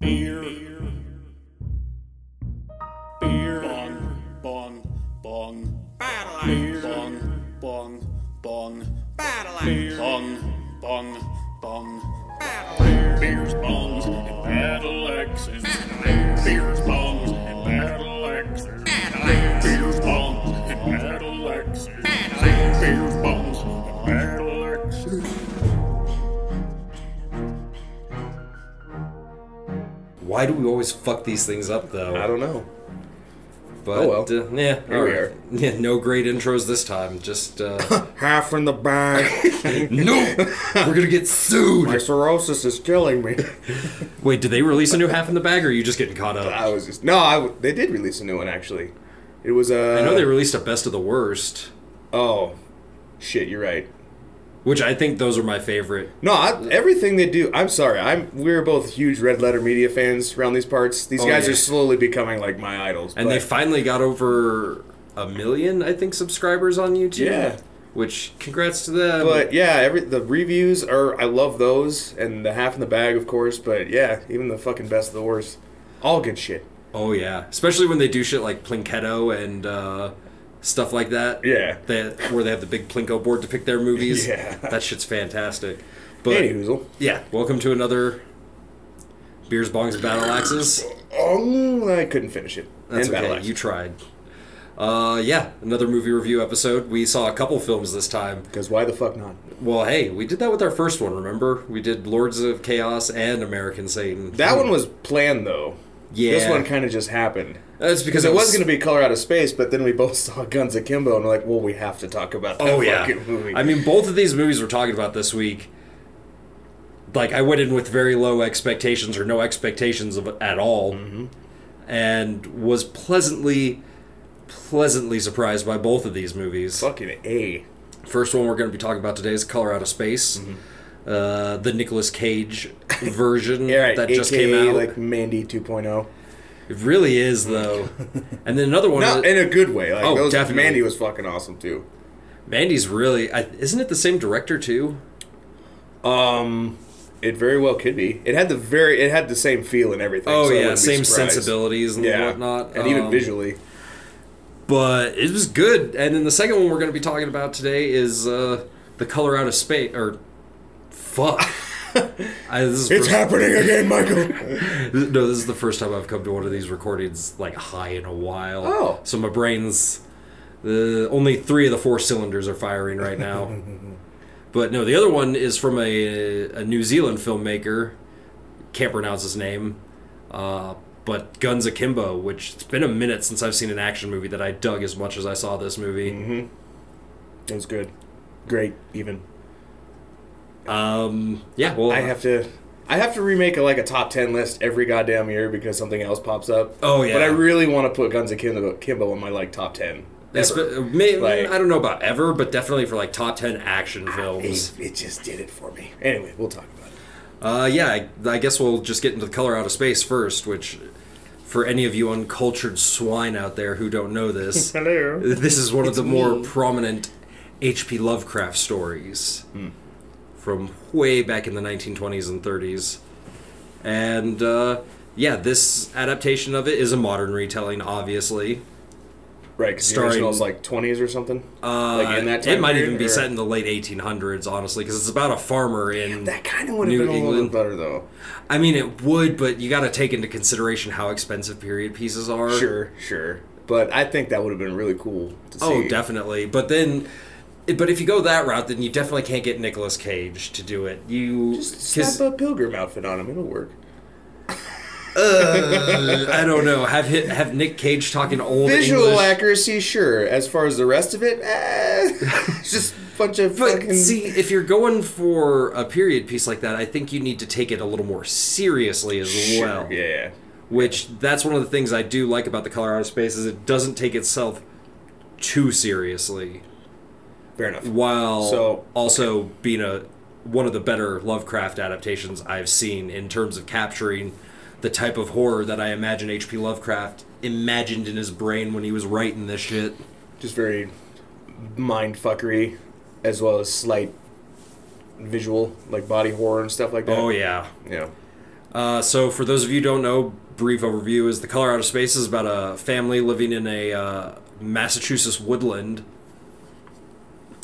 Beer. Beer. Bong. Bong. Bong. Beer. Bong. Bong. Bong. Beer. Bong. Bong. Bong. Beer. Beers, bongs, and battle axes. Beers, bongs, and battle axes. Beers, bongs, and battle axes. Beers, bongs, and battle axes. Why do we always fuck these things up though? I don't know. but, oh well. Uh, yeah, Here we are. Yeah, no great intros this time. Just uh, Half in the bag. no, we're gonna get sued. My cirrhosis is killing me. Wait, did they release a new half in the bag, or are you just getting caught up? I was just no. I w- they did release a new one actually. It was Uh, I know they released a best of the worst, Oh, shit! You're right. which I think those are my favorite. No, I, everything they do. I'm sorry. I'm. We're both huge Red Letter Media fans around these parts. These Oh, guys yeah. are slowly becoming like my idols. And but- they finally got over a million, I think, subscribers on YouTube. Yeah. Which congrats to them. But yeah, every the reviews are I love those and the half in the bag of course, but yeah, even the fucking best of the worst. All good shit. oh yeah, especially when they do shit like Plinketto and uh, stuff like that. Yeah. That where they have the big Plinko board to pick their movies. Yeah. That shit's fantastic. But Any hoozle. Yeah, welcome to another Beers, Bongs, and Battle Axes. Oh I couldn't finish it. That's And okay, Battle Axe. you tried. Uh, yeah, another movie review episode. We saw a couple films this time. Because why the fuck not? Well, hey, we did that with our first one, remember? We did Lords of Chaos and American Satan. That one was planned though. Yeah. This one kinda just happened. That's because Because it was gonna be Color Out of Space, but then we both saw Guns Akimbo and we're like, well we have to talk about that Oh yeah. fucking movie. I mean, both of these movies we're talking about this week. Like I went in with very low expectations or no expectations of at all, Mm-hmm. and was pleasantly, pleasantly surprised by both of these movies. fucking A. First one we're going to be talking about today is Color Out of Space, Mm-hmm. uh, the Nicolas Cage version Yeah, right. that just AKA, came out. like Mandy oh. 2.0. it really is though. and then another one. No, that- in a good way. Like, Uh, Oh, those, definitely. Mandy was fucking awesome too. Mandy's really. I, isn't it the same director too? Um, it very well could be. It had the very, it had the same feel and everything. Oh so I yeah, wouldn't be same surprised. sensibilities and yeah, whatnot, and even Um, visually. but it was good. And then the second one we're going to be talking about today is uh, the color out of space or fuck. I, this is It's first, happening again, Michael. no, this is the first time I've come to one of these recordings like high in a while. Oh. so my brain's the only three of the four cylinders are firing right now. but no, the other one is from a, a New Zealand filmmaker. Can't pronounce his name. Uh, but Guns Akimbo, which it's been a minute since I've seen an action movie that I dug as much as I saw this movie. Mm-hmm. it was good, great. Even Um, yeah, well, I have to, I have to remake a, like a top ten list every goddamn year because something else pops up. Oh, yeah. but I really want to put Guns Akimbo Kimbo on my like top ten. it's ever. been- may- Like- I don't know about ever, but definitely for like top ten action films. It, it just did it for me. Anyway, we'll talk about it. Uh, yeah, I, I guess we'll just get into the color out of space first, which, for any of you uncultured swine out there who don't know this, Hello. this is one of the more prominent H.P. Lovecraft stories Hmm. from way back in the 1920s and 30s. And uh, yeah, this adaptation of it is a modern retelling, obviously. Right, because the Starring- original's like twenties or something. Uh, like it might even period, be or- set in the late 1800s, honestly, because it's about a farmer in That kind of would have New been a little England. bit better though. I mean, it would, but you got to take into consideration how expensive period pieces are. Sure, sure. But I think that would have been really cool to see. Oh, definitely. But then, but if you go that route, then you definitely can't get Nicolas Cage to do it. You Just 'cause, slap a pilgrim outfit on him; it'll work. uh, I don't know. Have hit, have Nick Cage talking old Visual English. accuracy, sure. As far as the rest of it, eh, it's just a bunch of But fucking. see, if you're going for a period piece like that, I think you need to take it a little more seriously as Sure, well. yeah. Which that's one of the things I do like about the Colorado Space is it doesn't take itself too seriously. Fair enough. while So- also being a one of the better Lovecraft adaptations I've seen in terms of capturing the type of horror that I imagine H.P. Lovecraft imagined in his brain when he was writing this shit. Just very mind fuckery, as well as slight visual, like body horror and stuff like that. Oh yeah. Yeah. Uh, so, for those of you who don't know, brief overview is the color out of space is about a family living in a uh, Massachusetts woodland,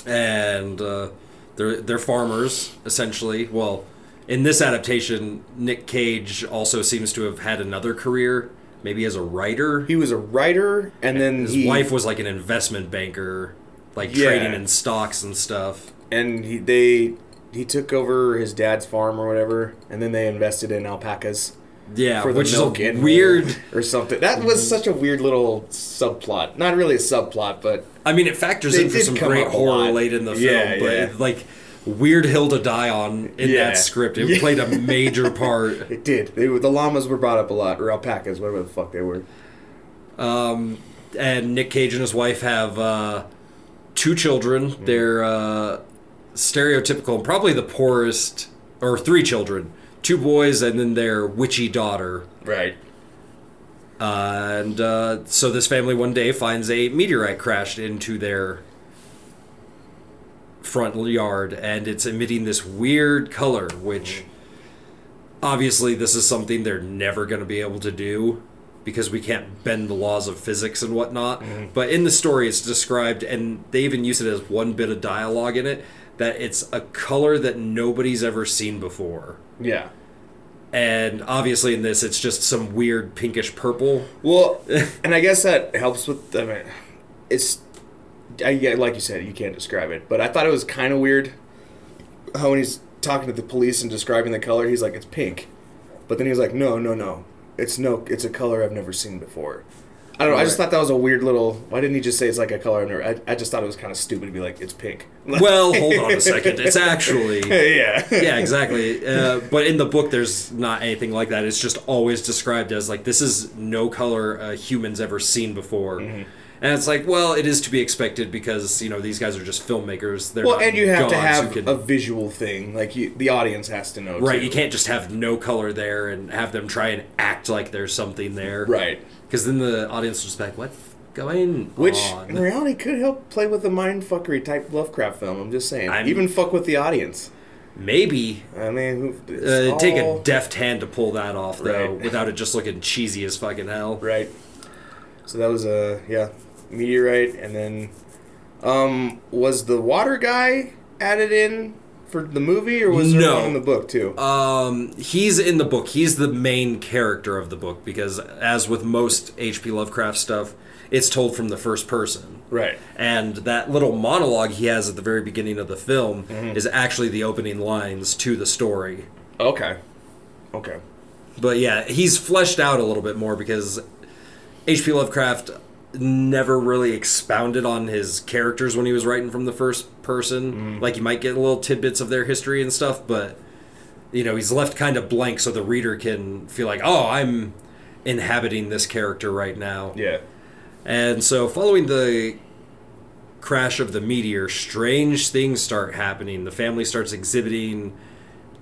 and uh, they're they're farmers essentially. Well, in this adaptation, Nick Cage also seems to have had another career, maybe as a writer. He was a writer, and then His he, wife was like an investment banker, like Yeah. trading in stocks and stuff. and he, they he took over his dad's farm or whatever, and then they invested in alpacas. Yeah, for the which is milk a and weird. or something. That was such a weird little subplot. Not really a subplot, but I mean, it factors They in for did some come great up a horror lot. late in the Yeah, film, but yeah. it, like weird hill to die on in Yeah. that script. It Yeah. played a major part. it did. They, were- the llamas were brought up a lot, or alpacas, whatever the fuck they were. And Nick Cage and his wife have uh, two children. Mm-hmm. They're uh, stereotypical and probably the poorest, or three children, two boys, and then their witchy daughter. Right. and uh, so this family one day finds a meteorite crashed into their front yard and it's emitting this weird color which obviously this is something they're never going to be able to do because we can't bend the laws of physics and whatnot but in the story it's described and they even use it as one bit of dialogue in it that it's a color that nobody's ever seen before Yeah. and obviously in this it's just some weird pinkish purple Well, and I guess that helps with. I mean, it's. I, yeah, like you said, you can't describe it, but I thought it was kind of weird how when he's talking to the police and describing the color, he's like, "It's pink," but then he's like, "No, no, no, it's no, it's a color I've never seen before." I don't know. I just Right. thought that was a weird little. Why didn't he just say it's like a color? I've never, I, I just thought it was kind of stupid to be like, "It's pink." Well, hold on a second. It's actually yeah. yeah, exactly. Uh, but in the book, there's not anything like that. It's just always described as like this is no color uh, humans ever seen before. Mm-hmm. And it's like, well, it is to be expected because you know these guys are just filmmakers. They're Well, not and you have to gods who have can- a visual thing. Like you, the audience has to know. right. too. You can't just have no color there and have them try and act like there's something there. Right. Because then the audience was like, what's going Which, on? in reality, could help play with the mindfuckery type Lovecraft film. I'm just saying. I'm- Even fuck with the audience. Maybe I mean, who- it's uh, it'd take a all- deft hand to pull that off though, Right. without it just looking cheesy as fucking hell. Right. So that was a yeah meteorite, and then um was the water guy added in for the movie, or was there No. one in the book too? Um, he's in the book. He's the main character of the book because, as with most H.P. Lovecraft stuff, it's told from the first person. right. And that little monologue he has at the very beginning of the film is actually the opening lines to the story. Okay. Okay. But yeah, he's fleshed out a little bit more because H.P. Lovecraft never really expounded on his characters when he was writing from the first person. Like you might get little tidbits of their history and stuff, but you know, he's left kind of blank so the reader can feel like, "Oh, I'm inhabiting this character right now." Yeah. And so following the crash of the meteor, strange things start happening. The family starts exhibiting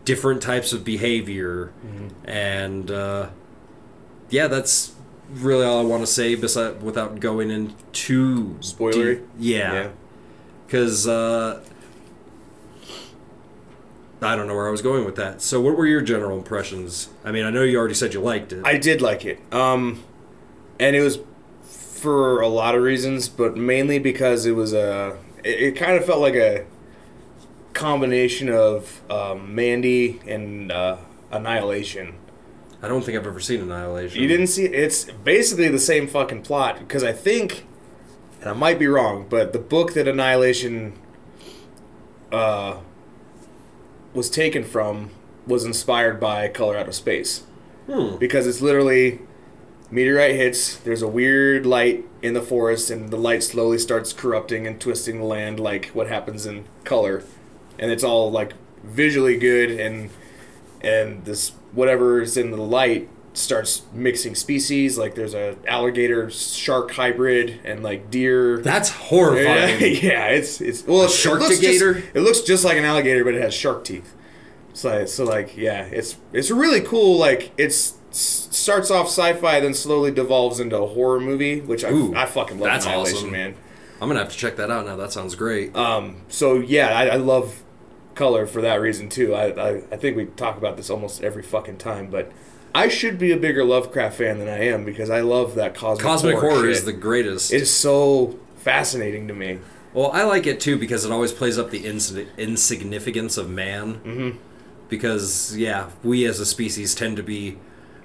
different types of behavior. Mm-hmm. And uh, yeah, that's really all I want to say besi- without going into Spoilery? deep- yeah. Because uh, I don't know where I was going with that. So, what were your general impressions? I mean, I know you already said you liked it. I did like it. Um, and it was for a lot of reasons, but mainly because it was a. It, it kind of felt like a combination of um, Mandy and uh, Annihilation. I don't think I've ever seen Annihilation. You didn't see it's basically the same fucking plot because I think, and I might be wrong, but the book that Annihilation uh, was taken from was inspired by Color Out of Space Hmm. because it's literally meteorite hits. There's a weird light in the forest, and the light slowly starts corrupting and twisting the land, like what happens in color, and it's all like visually good, and and this whatever is in the light starts mixing species. Like there's a alligator shark hybrid, and like deer. That's horrifying. Yeah, yeah, it's it's well, it shark looks just- alligator? It looks just like an alligator, but it has shark teeth. So, so like, yeah, it's it's really cool. Like, it's s- starts off sci-fi, then slowly devolves into a horror movie, which I, Ooh, I fucking love. that's Annihilation, awesome. man. Uh, I'm gonna have to check that out now. That sounds great. Um, so yeah, I, I love color for that reason too. I, I I think we talk about this almost every fucking time, but I should be a bigger Lovecraft fan than I am because I love that cosmic Cosmic horror, is shit. the greatest. It is so fascinating to me. Well, I like it too because it always plays up the insi- insignificance of man. Mm-hmm. Because yeah, we as a species tend to be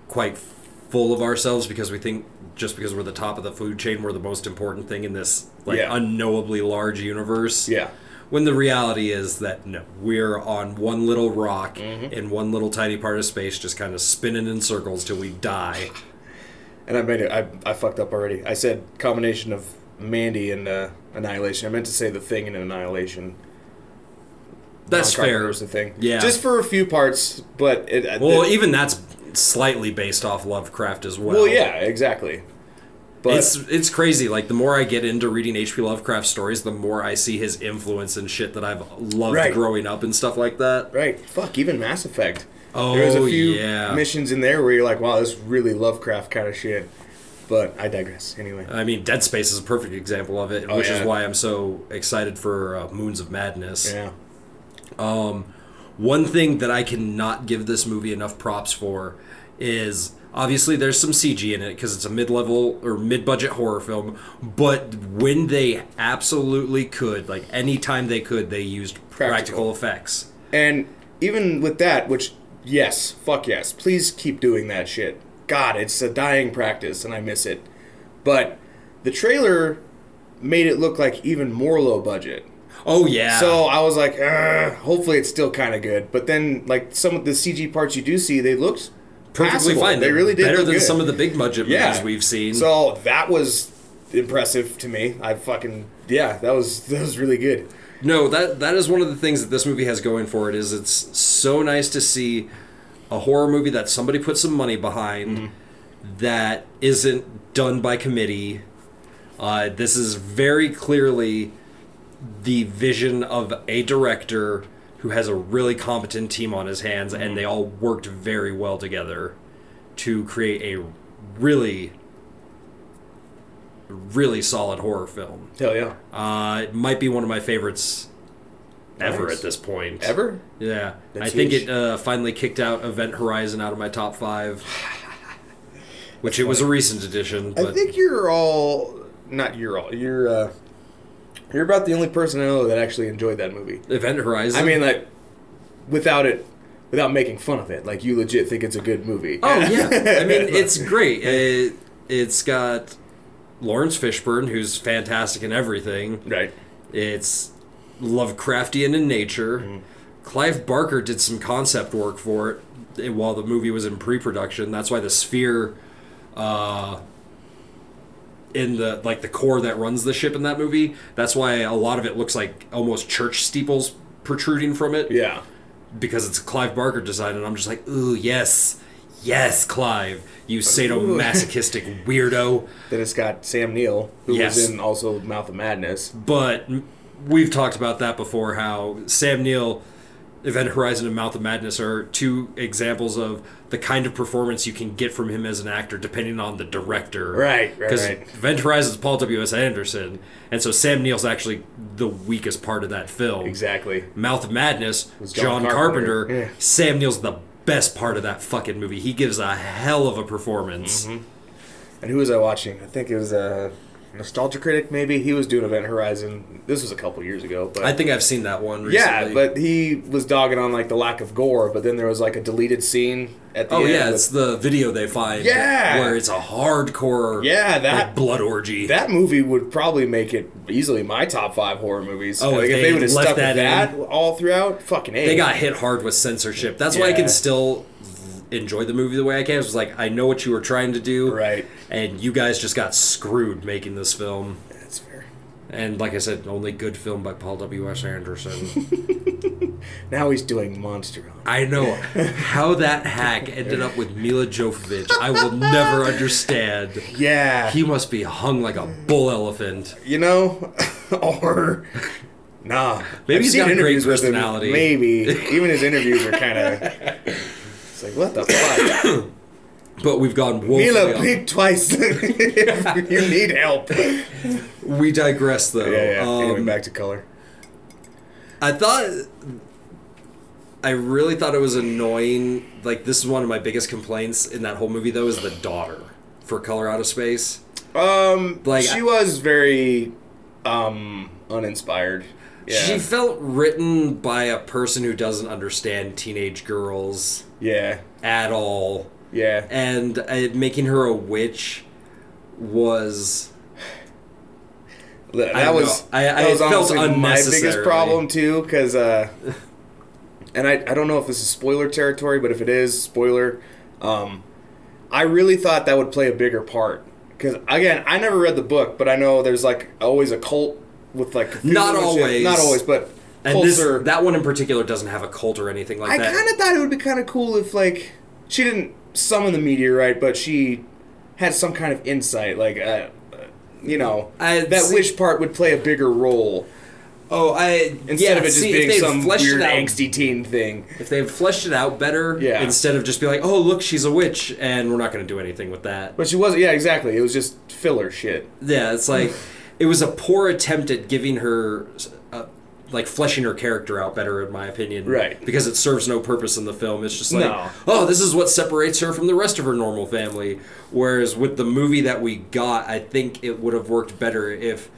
quite full of ourselves because we think just because we're the top of the food chain, we're the most important thing in this like Yeah. unknowably large universe. Yeah. When the reality is that no, we're on one little rock Mm-hmm. in one little tiny part of space, just kind of spinning in circles till we die. And I made it. I, I fucked up already. I said combination of Mandy and uh, Annihilation. I meant to say the Thing and Annihilation. That's John fair. Carpenter's The thing. Yeah. Just for a few parts, but it. uh, well, it- even that's slightly based off Lovecraft as well. well, yeah, exactly. But it's it's crazy. Like the more I get into reading H.P. Lovecraft stories, the more I see his influence and shit that I've loved Right. growing up and stuff like that. right, fuck, even Mass Effect. Oh there was a few yeah. missions in there where you're like, wow, this is really Lovecraft kind of shit. But I digress. Anyway, I mean, Dead Space is a perfect example of it, Oh, which yeah. is why I'm so excited for uh, Moons of Madness. yeah, One thing that I cannot give this movie enough props for is obviously there's some CG in it because it's a mid-level or mid-budget horror film, but when they absolutely could, like any time they could, they used Practical. practical effects. and even with that, which yes, fuck yes, please keep doing that shit. God, it's a dying practice, and I miss it. But the trailer made it look like even more low budget. Oh yeah. So I was like, "Ugh, hopefully it's still kind of good. But then, like some of the CG parts you do see, they looked perfectly passable. fine. They really did better look than good. some of the big budget yeah. movies we've seen. So that was impressive to me. I fucking yeah, that was that was really good. no, that that is one of the things that this movie has going for it is it's so nice to see a horror movie that somebody put some money behind that isn't done by committee. Uh, this is very clearly the vision of a director who has a really competent team on his hands, and they all worked very well together to create a really, really solid horror film. Hell yeah, Uh, it might be one of my favorites ever Nice. at this point. ever? Yeah. That's I think huge. it uh, finally kicked out Event Horizon out of my top five, which it was a recent addition. But I think you're all not you're all you're uh you're about the only person I know that actually enjoyed that movie. Event Horizon. I mean, like without it, without making fun of it, like you legit think it's a good movie. Oh yeah, I mean it's great. It, it's got Lawrence Fishburne, who's fantastic in everything. right. It's Lovecraftian in nature. Clive Barker did some concept work for it eh, while the movie was in pre-production. That's why the sphere, uh, in the like the core that runs the ship in that movie. That's why a lot of it looks like almost church steeples protruding from it Yeah. because it's a Clive Barker design, and I'm just like, ooh, yes, yes, Clive, you sadomasochistic weirdo. Then it's got Sam Neill, who was Yes. Mm-hmm. in also Mouth of Madness. But m- we've talked about that before. How Sam Neill, Event Horizon, and Mouth of Madness are two examples of the kind of performance you can get from him as an actor, depending on the director. Right, right, Because right. Event Horizon is Paul W. S. Anderson, and so Sam Neill's actually the weakest part of that film. Exactly. Mouth of Madness, John John, Carpenter. Carpenter, Yeah. Sam Neill's the best part of that fucking movie. He gives a hell of a performance. Mm-hmm. And who was I watching? I think it was uh, Nostalgia Critic, maybe. He was doing Event Horizon. This was a couple years ago, but I think I've seen that one yeah, recently. but he was dogging on like the lack of gore. But then there was like a deleted scene at the Oh end. yeah, with- it's the video they find Yeah! where it's a hardcore yeah, that like, blood orgy. that movie would probably make it easily my top five horror movies. Oh, like, if if they, they would have left stuck that with that all throughout, fucking a. they got hit hard with censorship. That's why I Yeah. can still enjoy the movie the way I can. It's like I know what you were trying to do, Right. And you guys just got screwed making this film. That's fair. And like I said, only good film by Paul W. S. Anderson. Now he's doing Monster. Hunter. I know how that hack ended up with Mila Jovovich. I will never understand. Yeah, He must be hung like a bull elephant. you know, or nah. Maybe he's seen got a great interviews with him. personality. Maybe even his interviews are kind of. It's like what the fuck. But we've gone woefully. Mila, off. blink twice if you need help. Yeah, We digress though. yeah. Um, anyway, back to color. I thought I really thought it was annoying. Like this is one of my biggest complaints in that whole movie though is the daughter for Color Out of Space. Um, Like, she I- was very um uninspired. Yeah, She felt written by a person who doesn't understand teenage girls yeah, at all, yeah. and uh, making her a witch was That, I don't was know. I- that I was felt honestly my biggest unnecessarily. problem too, because uh, and I I don't know if this is spoiler territory, but if it is spoiler, um, I really thought that would play a bigger part. Because again, I never read the book, but I know there's like always a cult with like Cthulhu Not and shit. always. not always, but and cults this are- that one in particular doesn't have a cult or anything like I that. kind of thought it would be kind of cool if like she didn't summon the meteorite, but she had some kind of insight, like uh, uh, you know I- that see- wish part would play a bigger role oh, I instead yeah, of it just see, if being they'd some fleshed weird it out angsty teen thing. if they had fleshed it out better Yeah. instead of just be like oh look she's a witch and we're not going to do anything with that But she wasn't. Yeah, exactly. It was just filler shit. yeah it's like it was a poor attempt at giving her uh, like fleshing her character out better in my opinion Right. because it serves no purpose in the film it's just like No. oh this is what separates her from the rest of her normal family whereas with the movie that we got i think it would have worked better if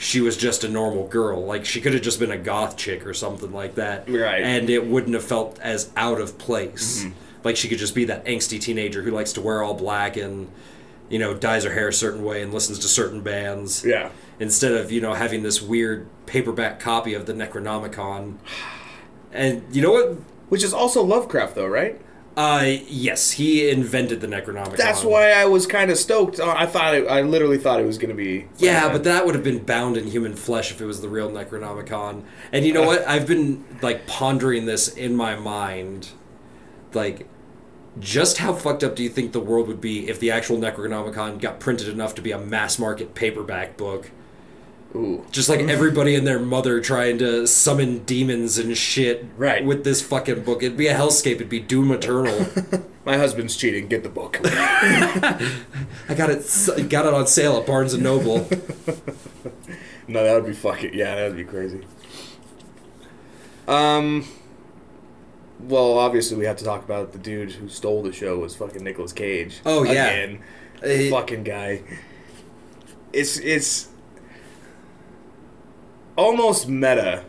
she was just a normal girl like she could have just been a goth chick or something like that Right. Mm-hmm. and it wouldn't have felt as out of place. Like she could just be that angsty teenager who likes to wear all black and you know dyes her hair a certain way and listens to certain bands. Yeah. Instead of you know having this weird paperback copy of the Necronomicon. And you know what? Which is also Lovecraft, though, right? Uh, yes, he invented the Necronomicon. That's why I was kind of stoked. Uh, I thought it, I literally thought it was gonna be. Yeah, but that would have been bound in human flesh if it was the real Necronomicon. And you know what? I've been like pondering this in my mind, like just how fucked up do you think the world would be if the actual Necronomicon got printed enough to be a mass market paperback book? Ooh. Just like everybody and their mother trying to summon demons and shit Right. with this fucking book. It'd be a hellscape. It'd be doom eternal. My husband's cheating. Get the book. I got it. s- Got it on sale at Barnes and Noble. No, that would be fucking yeah, that would be crazy. Um well, obviously we have to talk about the dude who stole the show was fucking Nicolas Cage. Oh, yeah. Again. Eh, fucking guy. It's it's almost meta.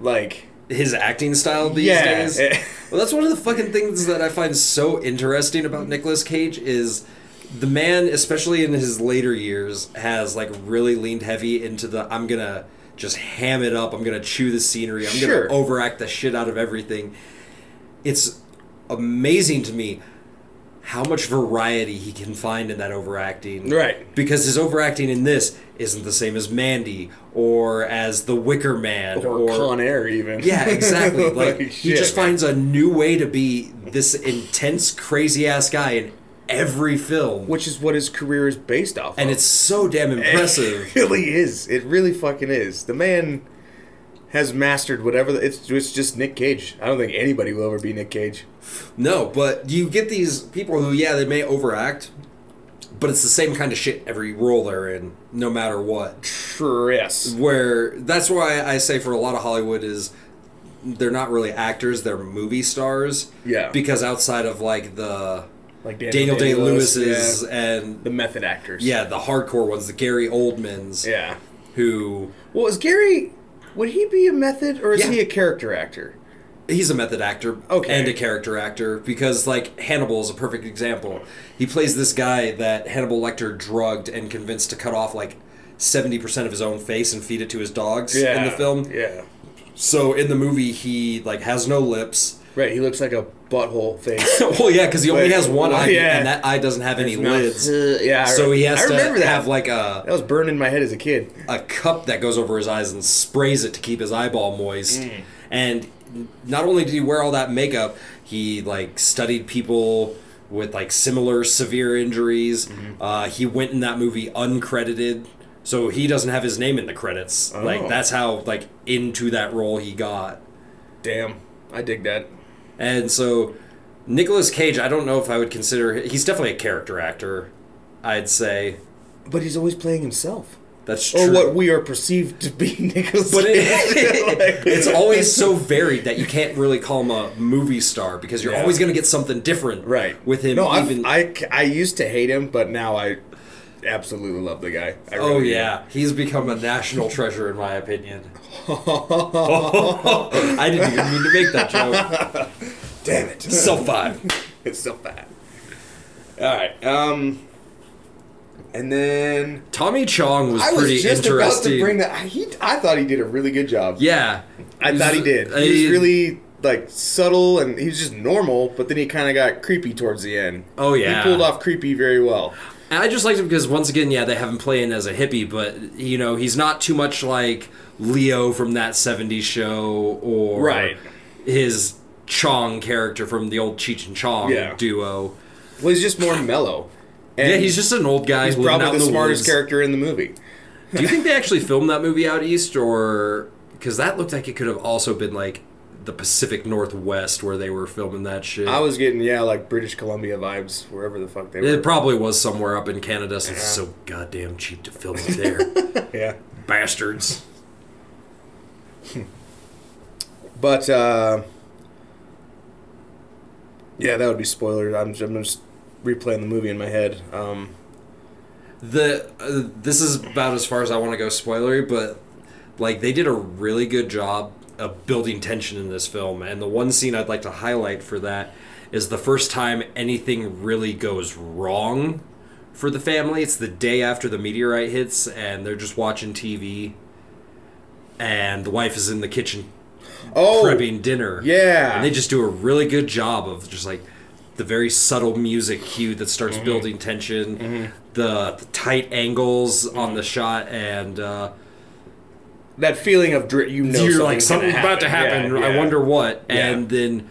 Like His acting style these yeah. Eh, days. Well, that's one of the fucking things that I find so interesting about Nicolas Cage is the man, especially in his later years, has like really leaned heavy into the I'm gonna just ham it up, I'm gonna chew the scenery, I'm Sure. gonna overact the shit out of everything. It's amazing to me how much variety he can find in that overacting. Right. Because his overacting in this isn't the same as Mandy or as the Wicker Man or, Con Air even. yeah, exactly. Like, he shit. just finds a new way to be this intense, crazy ass guy in every film, which is what his career is based off and of. it's so damn impressive. It really is. It really fucking is. The man has mastered whatever. The, it's it's just Nick Cage. I don't think anybody will ever be Nick Cage. no, but you get these people who, yeah, they may overact, but it's the same kind of shit every role they're in, no matter what. Tress. Where that's why I say for a lot of Hollywood is they're not really actors; they're movie stars. Yeah. because outside of like the Like Daniel Day Day-Lewis, Lewis's yeah. and the method actors. Yeah, the hardcore ones, the Gary Oldmans, Yeah. who Well, is Gary? Would he be a method or is Yeah. he a character actor? he's a method actor Okay. and a character actor because like Hannibal is a perfect example. He plays this guy that Hannibal Lecter drugged and convinced to cut off like 70% of his own face and feed it to his dogs in the film. Yeah. So in the movie he like has no lips. Right. He looks like a butthole face. well, yeah, cuz he only But- has one well, eye yeah. and that eye doesn't have any lids. yeah. I So he has I to remember that. have like a that was burned in my head as a kid. a cup that goes over his eyes and sprays it to keep his eyeball moist. Mm. And not only did he wear all that makeup, he like studied people with like similar severe injuries. Mm-hmm. Uh, he went in that movie uncredited, so he doesn't have his name in the credits. Oh. Like that's how like into that role he got. Damn. I dig that. And so Nicolas Cage, I don't know if I would consider he's definitely a character actor. I'd say But he's always playing himself. That's true. or Oh, what we are perceived to be Nicholas but it, Cage. Like- it's always so varied that you can't really call him a movie star because you're Yeah. always going to get something different right with him. No, I've- even I c- I used to hate him, but now I absolutely love the guy. I oh really do. yeah, he's become a national treasure in my opinion. I didn't even mean to make that joke. damn it, Self five. it's so bad. All right, um, and then Tommy Chong was I was pretty just about interesting. to bring that. I- He, I thought he did a really good job. yeah, I thought he did. He was really like subtle and he was just normal, but then he kind of got creepy towards the end. Oh, yeah. he pulled off creepy very well. And I just liked him because once again, yeah, they have him playing as a hippie, but you know, he's not too much like Leo from that '70s show or Right. his Chong character from the old Cheech and Chong Yeah. duo. Well, he's just more mellow. And yeah, he's just an old guy. he's living probably out the, in smartest woods. character in the movie. Do you think they actually filmed that movie out east, or because that looked like it could have also been like the Pacific Northwest where they were filming that shit? I was getting yeah, like British Columbia vibes wherever the fuck they were. it probably was somewhere up in Canada since it's so goddamn cheap to film it there. yeah, Bastards. but uh, yeah, that would be spoilers. I'm, I'm just replaying the movie in my head. Um, the uh, this is about as far as I want to go spoilery, but like they did a really good job of building tension in this film, and the one scene I'd like to highlight for that is the first time anything really goes wrong for the family. It's the day after the meteorite hits, and they're just watching TV, and the wife is in the kitchen oh, prepping dinner. yeah. And they just do a really good job of just like the very subtle music cue that starts Mm-hmm. building tension, the, the tight angles Mm-hmm. on the shot, and uh, that feeling of dr- you know you're like something's something's gonna about to happen. Yeah, I yeah. wonder what. Yeah. And then,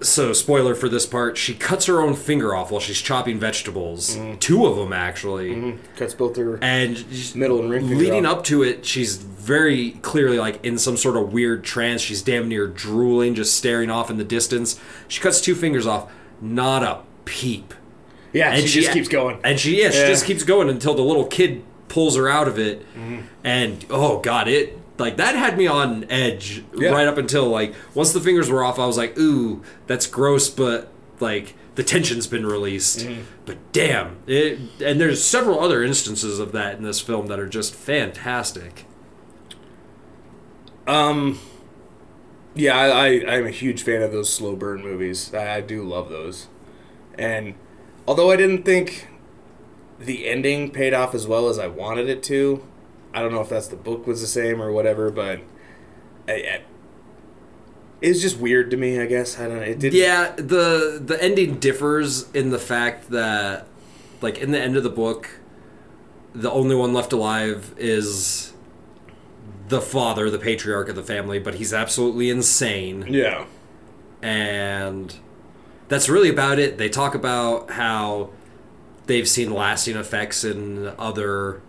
so spoiler for this part, she cuts her own finger off while she's chopping vegetables. Mm-hmm. Two of them actually. cuts both her and she's- Middle and ring finger leading off. up to it she's very clearly like in some sort of weird trance she's damn near drooling just staring off in the distance she cuts two fingers off not a peep Yeah, she, just keeps going. and she yeah, she Yeah. just keeps going until the little kid pulls her out of it Mm-hmm. and oh god it like that had me on edge Yeah. right up until like once the fingers were off i was like ooh that's gross but like the tension's been released Mm-hmm. but damn it and there's several other instances of that in this film that are just fantastic yeah, I, I I'm a huge fan of those slow burn movies. I, I do love those. And although I didn't think the ending paid off as well as I wanted it to, I don't know if that's the book was the same or whatever, but I, I, it's just weird to me. I guess I don't know. It didn't. Yeah, the the ending differs in the fact that like in the end of the book, the only one left alive is the father, the patriarch of the family, but he's absolutely insane Yeah. and that's really about it. They talk about how they've seen lasting effects in other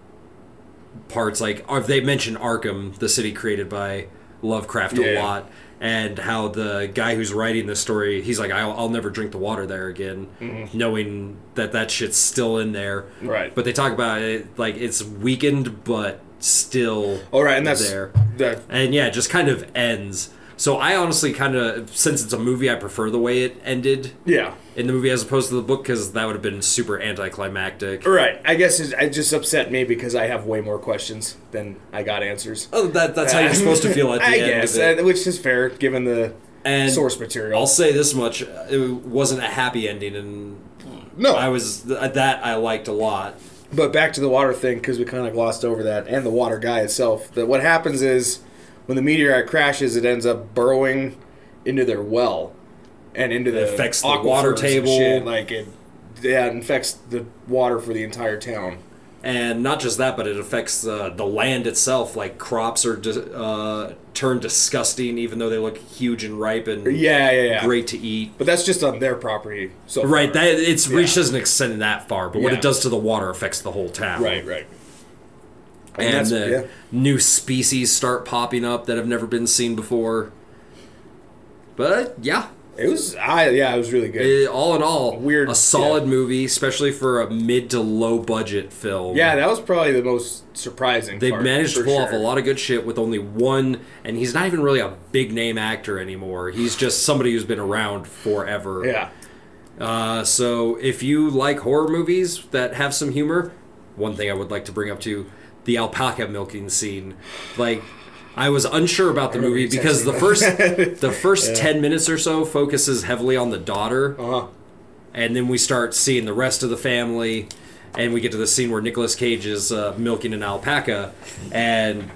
parts, like or they mention Arkham, the city created by Lovecraft, a Yeah. lot, and how the guy who's writing this story, he's like, "I'll, I'll never drink the water there again," knowing that that shit's still in there. Mm-hmm. Right. But they talk about it like it's weakened, but still. All right, and that's there that. and yeah, it just kind of ends. So I honestly kind of, since it's a movie, I prefer the way it ended Yeah. in the movie as opposed to the book because that would have been super anticlimactic. Right. I guess it, it just upset me because I have way more questions than I got answers. Oh, that, that's how you're supposed to feel at the I end. guess, of it. uh, which is fair given the And source material. I'll say this much: it wasn't a happy ending, and no, I was that I liked a lot. but back to the water thing because we kind of glossed over that and the water guy itself. That what happens is when the meteorite crashes, it ends up burrowing into their well and into the affects the aquifers water and table. shit, Like it, yeah, it infects the water for the entire town. and not just that, but it affects uh, the land itself. Like crops are dis- uh, turned disgusting, even though they look huge and ripe and Yeah, yeah, yeah. great to eat. But that's just on their property. So Right, far. that it's reach doesn't extend that far, but what Yeah. it does to the water affects the whole town. right, right. and, that's- uh, yeah. new species start popping up that have never been seen before. But yeah, It was, I yeah, it was really good. Eh, all in all, Weird, a solid movie, especially for a mid to low budget film. yeah, that was probably the most surprising. They part, managed to for pull off a sure. lot of good shit with only one, and he's not even really a big name actor anymore. He's just somebody who's been around forever. Yeah, Uh, so if you like horror movies that have some humor, one thing I would like to bring up too, the alpaca milking scene. Like I was unsure about the movie you because texting the me. first the first 10 minutes or so focuses heavily on the daughter uh-huh. and then we start seeing the rest of the family and we get to the scene where Nicolas Cage is uh, milking an alpaca and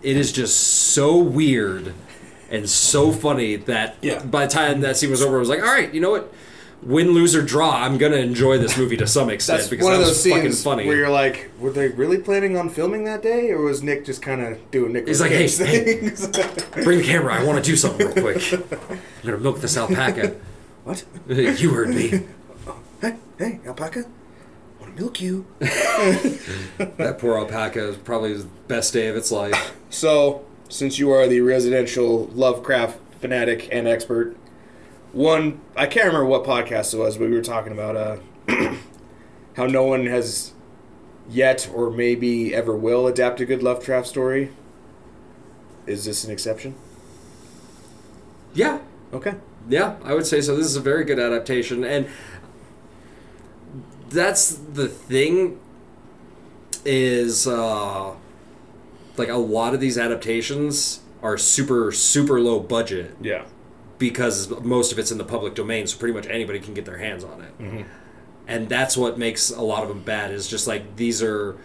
it is just so weird and so funny that Yeah. by the time that scene was over I was like all right you know what win lose or draw I'm gonna enjoy this movie to some extent that's because one that of those was fucking scenes funny where you're like, were they really planning on filming that day, or was Nick just kind of doing Nick? He's like, hey, hey. things? bring the camera I want to do something real quick I'm gonna milk this alpaca what? you heard me Hey, hey, alpaca, want to milk you? that poor alpaca is probably the best day of its life So, since you are the residential Lovecraft fanatic and expert, one I can't remember what podcast it was, but we were talking about uh, how no one has yet or maybe ever will adapt a good Lovecraft story. Is this an exception? yeah Okay. Yeah, I would say so. This is a very good adaptation, and that's the thing is uh, like a lot of these adaptations are super super low budget Yeah. because most of it's in the public domain, so pretty much anybody can get their hands on it. And that's what makes a lot of them bad is just like these are,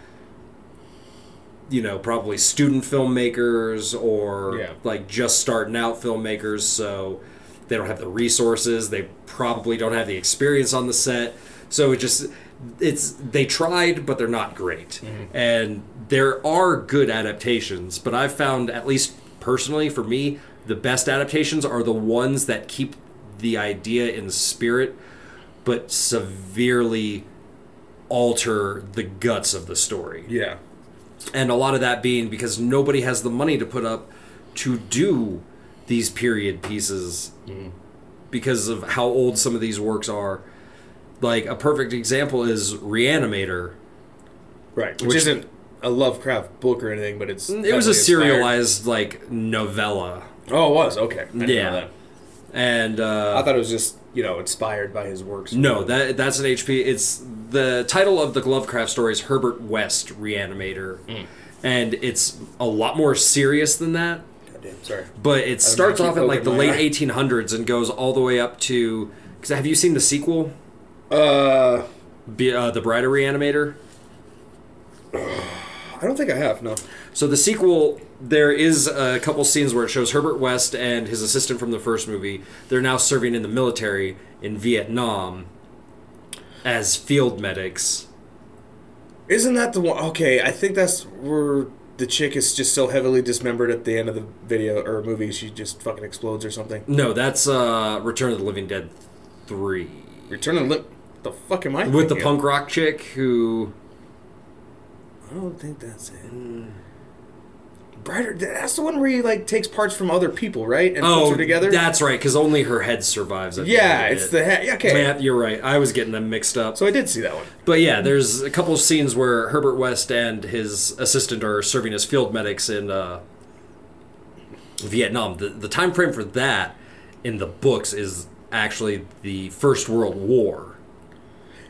you know, probably student filmmakers or Yeah. like just starting out filmmakers, so they don't have the resources, they probably don't have the experience on the set. So it just it's they tried but they're not great. And there are good adaptations, but I've found at least personally for me the best adaptations are the ones that keep the idea in spirit but severely alter the guts of the story Yeah. and a lot of that being because nobody has the money to put up to do these period pieces because of how old some of these works are like a perfect example is reanimator Right. Which, Which- isn't a Lovecraft book or anything, but it's it was a heavily inspired- serialized like novella Oh, it was okay. I didn't know Yeah. that. and uh, I thought it was just you know inspired by his works. No, that that's an HP. It's the title of the Lovecraft story is Herbert West Reanimator, and it's a lot more serious than that. Goddamn, sorry. But it starts keep off at like the poking my late eye. 1800s and goes all the way up to. Cause have you seen the sequel, Uh, Be, uh, The Bride of Reanimator? I don't think I have. No. So the sequel, there is a couple scenes where it shows Herbert West and his assistant from the first movie. They're now serving in the military in Vietnam as field medics. Isn't that the one? Okay, I think that's where the chick is just so heavily dismembered at the end of the video or movie, she just fucking explodes or something. No, that's uh Return of the Living Dead three. Return of the Limp. The fuck am I? With the thinking? punk rock chick who I don't think that's it. Brighter. That's the one where he like takes parts from other people, right? And puts Oh her together. That's right, because only her head survives at yeah, the end of it's it. the hat. Yeah, okay. Man, you're right. I was getting them mixed up. So I did see that one. But yeah, there's a couple of scenes where Herbert West and his assistant are serving as field medics in uh, Vietnam. The, the time frame for that in the books is actually the First World War.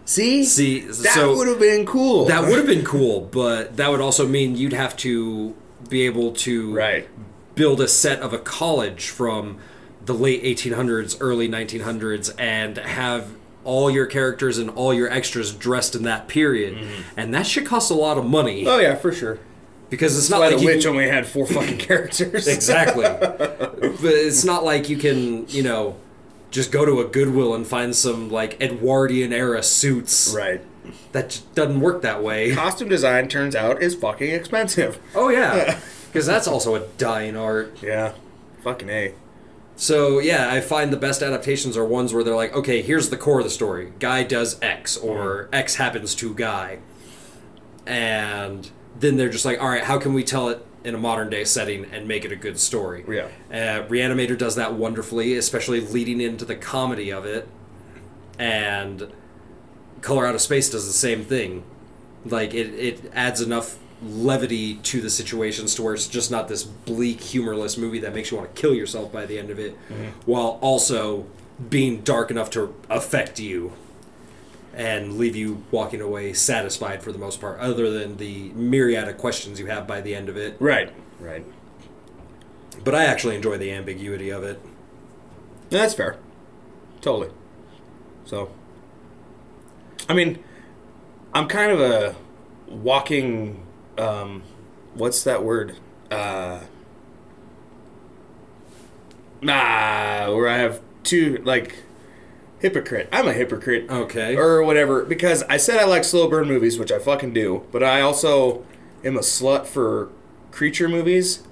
See, See, that so would have been cool. That would have been cool, but that would also mean you'd have to be able to right. build a set of a college from the late 1800s, early 1900s, and have all your characters and all your extras dressed in that period. Mm-hmm. And that should cost a lot of money Oh yeah, for sure. because it's not Why like the you witch can- only had four fucking characters. exactly. but it's not like you can, you know, just go to a Goodwill and find some like Edwardian era suits. Right. That j- doesn't work that way. Costume design turns out is fucking expensive. Oh yeah, because that's also a dying art. Yeah. Fucking A. So yeah, I find the best adaptations are ones where they're like, okay, here's the core of the story. Guy does X, or X happens to Guy, and then they're just like, all right, how can we tell it in a modern day setting and make it a good story. Yeah. Uh, Reanimator does that wonderfully, especially leading into the comedy of it. And Color Out of Space does the same thing. Like it, it adds enough levity to the situations to where it's just not this bleak, humorless movie that makes you want to kill yourself by the end of it, Mm-hmm. while also being dark enough to affect you and leave you walking away satisfied for the most part, other than the myriad of questions you have by the end of it. Right. Right. But I actually enjoy the ambiguity of it. Yeah, that's fair. Totally. So, I mean, I'm kind of a walking. Um, what's that word? Uh, ah, where I have two like hypocrite. I'm a hypocrite. Okay. Or whatever, because I said I like slow burn movies, which I fucking do, but I also am a slut for creature movies.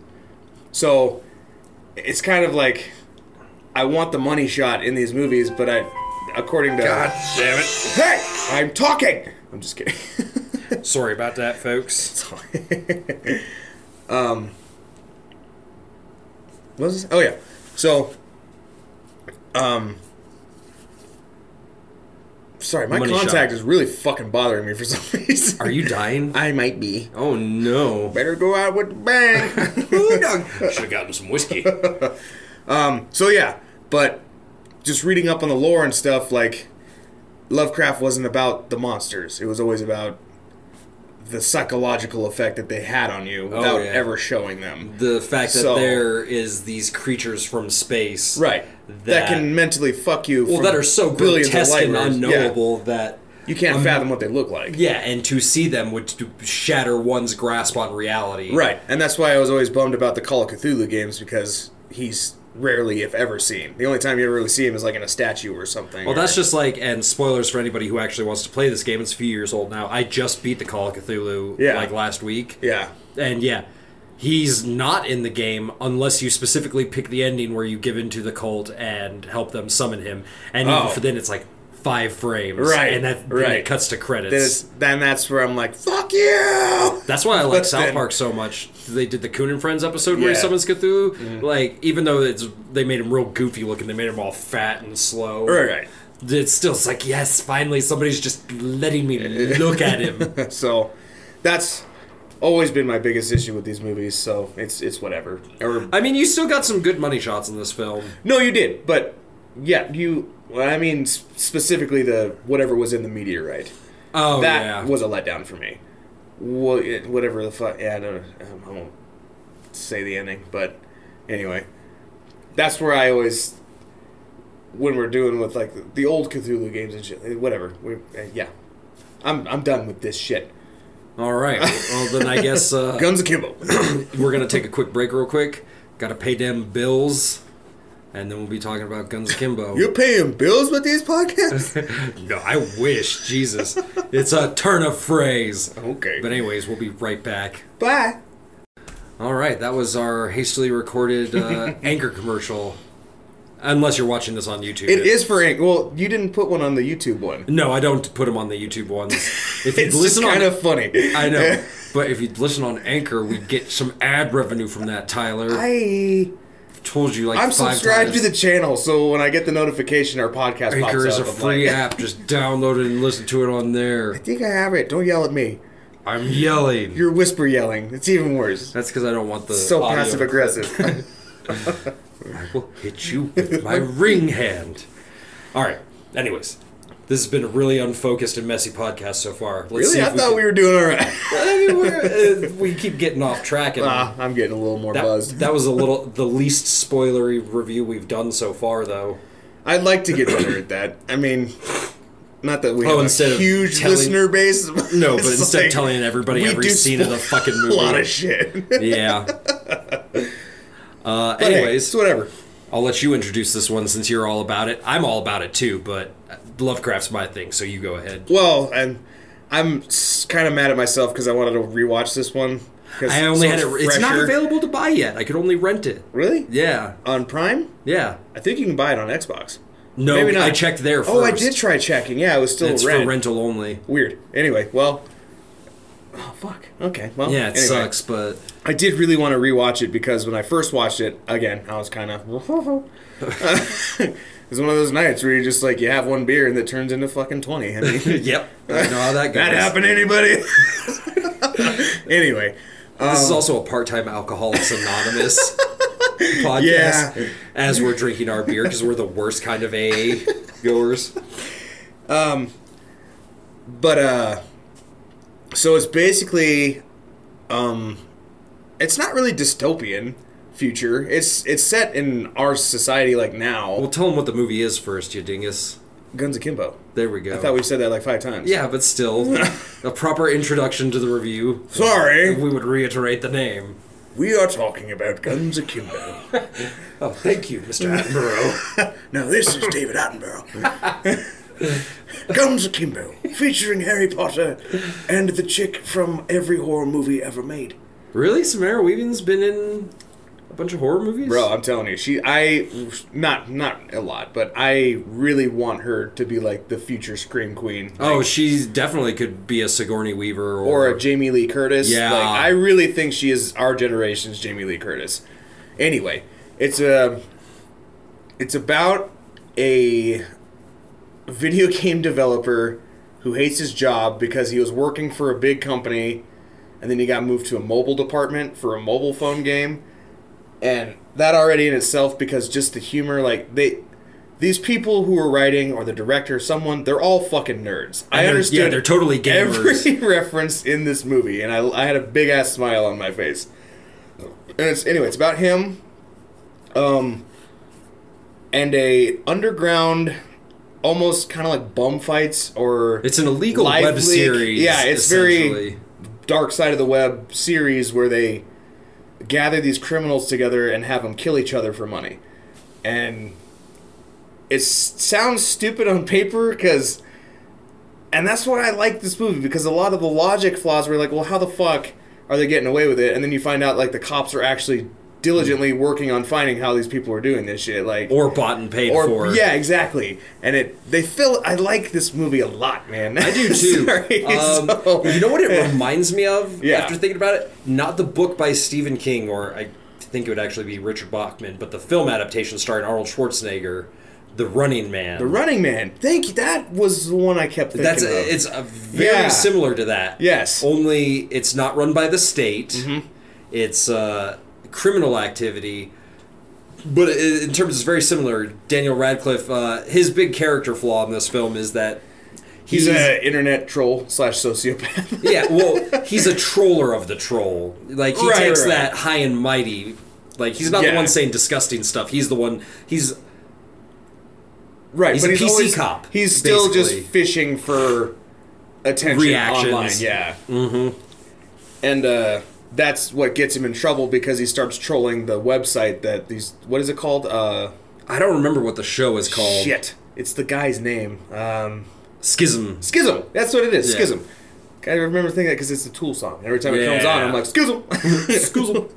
So it's kind of like I want the money shot in these movies, but I, according to damn it. hey, I'm talking. I'm just kidding. Sorry about that, folks. Um, What was this? Oh yeah. So, um, sorry, my Money contact shot. is really fucking bothering me for some reason. Are you dying? I might be. Oh no. Better go out with a bang. Should have gotten some whiskey. So yeah, but just reading up on the lore and stuff, like Lovecraft wasn't about the monsters. It was always about the psychological effect that they had on you without Oh, yeah. ever showing them. The fact that So- there is these creatures from space, Right. That, That, can mentally fuck you. well, for that are so billions of grotesque light and years. Yeah. unknowable that You can't fathom what they look like. yeah, and to see them would to shatter one's grasp on reality. Right. And that's why I was always bummed about the Call of Cthulhu games because he's rarely, if ever, seen. The only time you ever really see him is like in a statue or something. Well, or- that's just like, and spoilers for anybody who actually wants to play this game. It's a few years old now. I just beat the Call of Cthulhu Yeah. like last week. Yeah. And yeah, he's not in the game unless you specifically pick the ending where you give in to the cult and help them summon him. And Oh. even for then, it's like five frames. Right, And that then right. it cuts to credits. Then, it's, then that's where I'm like, fuck you! That's why I like But South then- Park so much. They did the Coon and Friends episode where Yeah. he summons Cthulhu. Like, even though it's they made him real goofy looking, they made him all fat and slow. Right, right. It's still it's like yes, finally somebody's just letting me look at him. So that's always been my biggest issue with these movies. So it's it's whatever. Or I mean, you still got some good money shots in this film. no, you did, but yeah, you. well, I mean, s- specifically the whatever was in the meteorite. Oh that yeah, was a letdown for me. Wha- it- Whatever the fuck. Yeah, I don't. um, I won't say the ending, but anyway, that's where I always. When we're doing with like the old Cthulhu games and shit, whatever. We, uh, yeah, I'm I'm done with this shit. all right. Well, then I guess uh, Guns akimbo. we're gonna take a quick break, real quick. Got to pay them bills, and then we'll be talking about Guns Akimbo. You're paying bills with these podcasts? No, I wish Jesus. It's a turn of phrase. okay. But anyways, we'll be right back. Bye. All right, that was our hastily recorded uh, anchor commercial. Unless you're watching this on YouTube, It is for Ink. Well, you didn't put one on the YouTube one. No, I don't put them on the YouTube ones. If you It's just listen on, kind of funny. I know, but if you listen on Anchor, we get some ad revenue from that. Tyler, I I told you like I'm five subscribed to times. the channel, so when I get the notification, our podcast Anchor pops is up. a I'm free like, app. Just download it and listen to it on there. I think I have it. Don't yell at me. I'm yelling. You're whisper yelling. It's even worse. That's because I don't want the so audio. passive aggressive. I will hit you with my ring hand. All right. Anyways, this has been a really unfocused and messy podcast so far. Let's really? see I if thought we, we, were doing all right. can- we, uh, we keep getting off track and. Ah, I'm getting a little more That, buzzed. that was a little the least spoilery review we've done so far, though. I'd like to get better at that. I mean, not that we Oh, have instead a of huge telling- listener base. No, but It's instead like, of telling everybody we every do scene of the spoil fucking a movie, lot of shit. yeah. Uh, But hey, anyways, it's whatever. I'll let you introduce this one since you're all about it. I'm all about it too, but Lovecraft's my thing, so you go ahead. Well, and I'm kind of mad at myself because I wanted to rewatch this one. 'cause I only so had it. It's not fresher. available to buy yet. I could only rent it. Really? Yeah, On Prime? yeah. I think you can buy it on Xbox. No, Maybe not. I checked there first. Oh, I did try checking. Yeah, it was still It's rent. for rental only. Weird. Anyway, well, Oh fuck. Okay. Well. Yeah, it anyway. sucks, but I did really want to rewatch it because when I first watched it again, I was kind of. it's one of those nights where you're just like you have one beer and it turns into fucking twenty. I mean, yep. I know how that goes. that happen to anybody? anyway, This is also a part-time Alcoholics Anonymous podcast. Yeah. As we're drinking our beer because we're the worst kind of AA goers. but uh, so it's basically, um, it's not really dystopian future. It's it's set in our society like now. Well, tell them what the movie is first, you dingus. Guns Akimbo. There we go. I thought we said that like five times. yeah, but still, a proper introduction to the review. Sorry. We would reiterate the name. We are talking about Guns Akimbo. Oh, thank you, Mr. Attenborough. Now this is David Attenborough. Guns Akimbo, featuring Harry Potter and the chick from every horror movie ever made. really? Samara Weaving's been in a bunch of horror movies? Bro, I'm telling you, she, I, not, not a lot, but I really want her to be like the future scream queen, Oh, she definitely could be a Sigourney Weaver or or, a Jamie Lee Curtis. Yeah. like, I really think she is our generation's Jamie Lee Curtis. Anyway, it's a, it's about a video game developer who hates his job because he was working for a big company and then he got moved to a mobile department for a mobile phone game and that already in itself because just the humor like they these people who are writing or the director someone they're all fucking nerds i they're- yeah, understood they're totally gamers. every reference in this movie and i, I had a big ass smile on my face and it's anyway it's about him um and a underground almost kind of like bum fights or It's an illegal Live web leak. series. Yeah, it's very- essentially. dark side of the web series where they gather these criminals together and have them kill each other for money and it s- sounds stupid on paper because and that's why i like this movie because a lot of the logic flaws were like well how the fuck are they getting away with it and then you find out like the cops are actually diligently working on finding how these people are doing this shit like or bought and paid or- for. yeah exactly and it they feel i like this movie a lot man I do too. um, You know what it reminds me of Yeah. after thinking about it? Not the book by Stephen King, or I think it would actually be Richard Bachman, but the film adaptation starring Arnold Schwarzenegger, The Running Man. The Running Man. Thank you. That was the one I kept thinking That's of. it's a very Yeah. similar to that. Yes. Mm-hmm. Only it's not run by the state. It's uh, criminal activity. But i- in terms, it's very similar. Daniel Radcliffe, uh, his big character flaw in this film is that he's an internet troll slash sociopath. yeah, well, he's a troller of the troll. Like he Right, takes right. that high and mighty. Like he's not Yeah. the one saying disgusting stuff. He's the one. He's right. He's but a he's PC always- cop, He's still basically. just fishing for attention Reactions. online. Yeah. Mm-hmm. And uh, that's what gets him in trouble because he starts trolling the website that these. What is it called? Uh, I don't remember what the show is called. Shit. It's the guy's name. Um, Schism. Schism. That's what it is. Yeah. Schism. I remember thinking that because it's a Tool song. Every time it comes on, Yeah. I'm like Schism. Schism.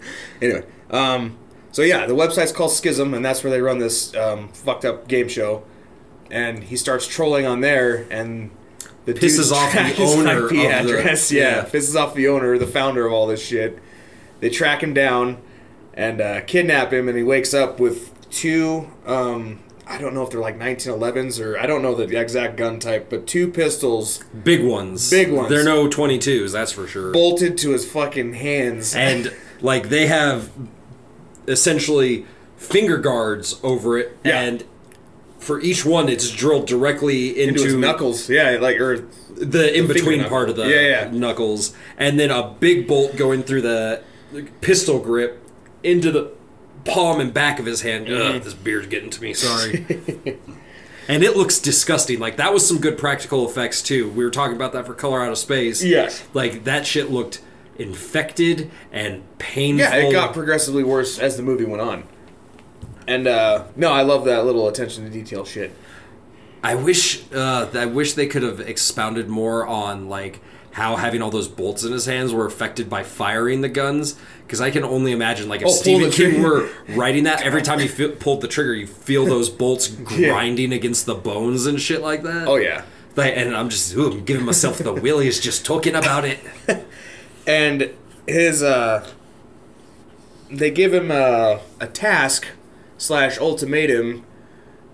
anyway, um, so yeah, the website's called Schism, and that's where they run this um, fucked up game show. And he starts trolling on there, and the Pisses dude's off the track his owner IP of the- address. yeah. yeah. pisses off the owner, the founder of all this shit. They track him down and uh, kidnap him, and he wakes up with two. Um, I don't know if they're like 1911s or I don't know the exact gun type, but two pistols Big ones. Big ones. They're no twenty twos. That's for sure. bolted to his fucking hands. and like they have essentially finger guards over it, Yeah. and for each one, it's drilled directly into, into his knuckles, yeah, like or the in between knuckle. part of the Yeah, yeah. knuckles, and then a big bolt going through the pistol grip into the palm and back of his hand. Ugh, Mm-hmm. Ugh, this beard's getting to me. sorry. and it looks disgusting. Like that was some good practical effects too. We were talking about that for Color Out of Space. Yes. like that shit looked infected and painful. yeah, it got progressively worse as the movie went on. And uh, no, I love that little attention to detail shit. I wish uh, I wish they could have expounded more on like how having all those bolts in his hands were affected by firing the guns because I can only imagine like if Oh, pull Stephen the King trigger. were writing that every time he fe- pulled the trigger you feel those bolts grinding against the bones and shit like that. Oh yeah, Like, and I'm just, ooh, I'm giving myself the willies just talking about it. and his uh they give him a, a task slash ultimatum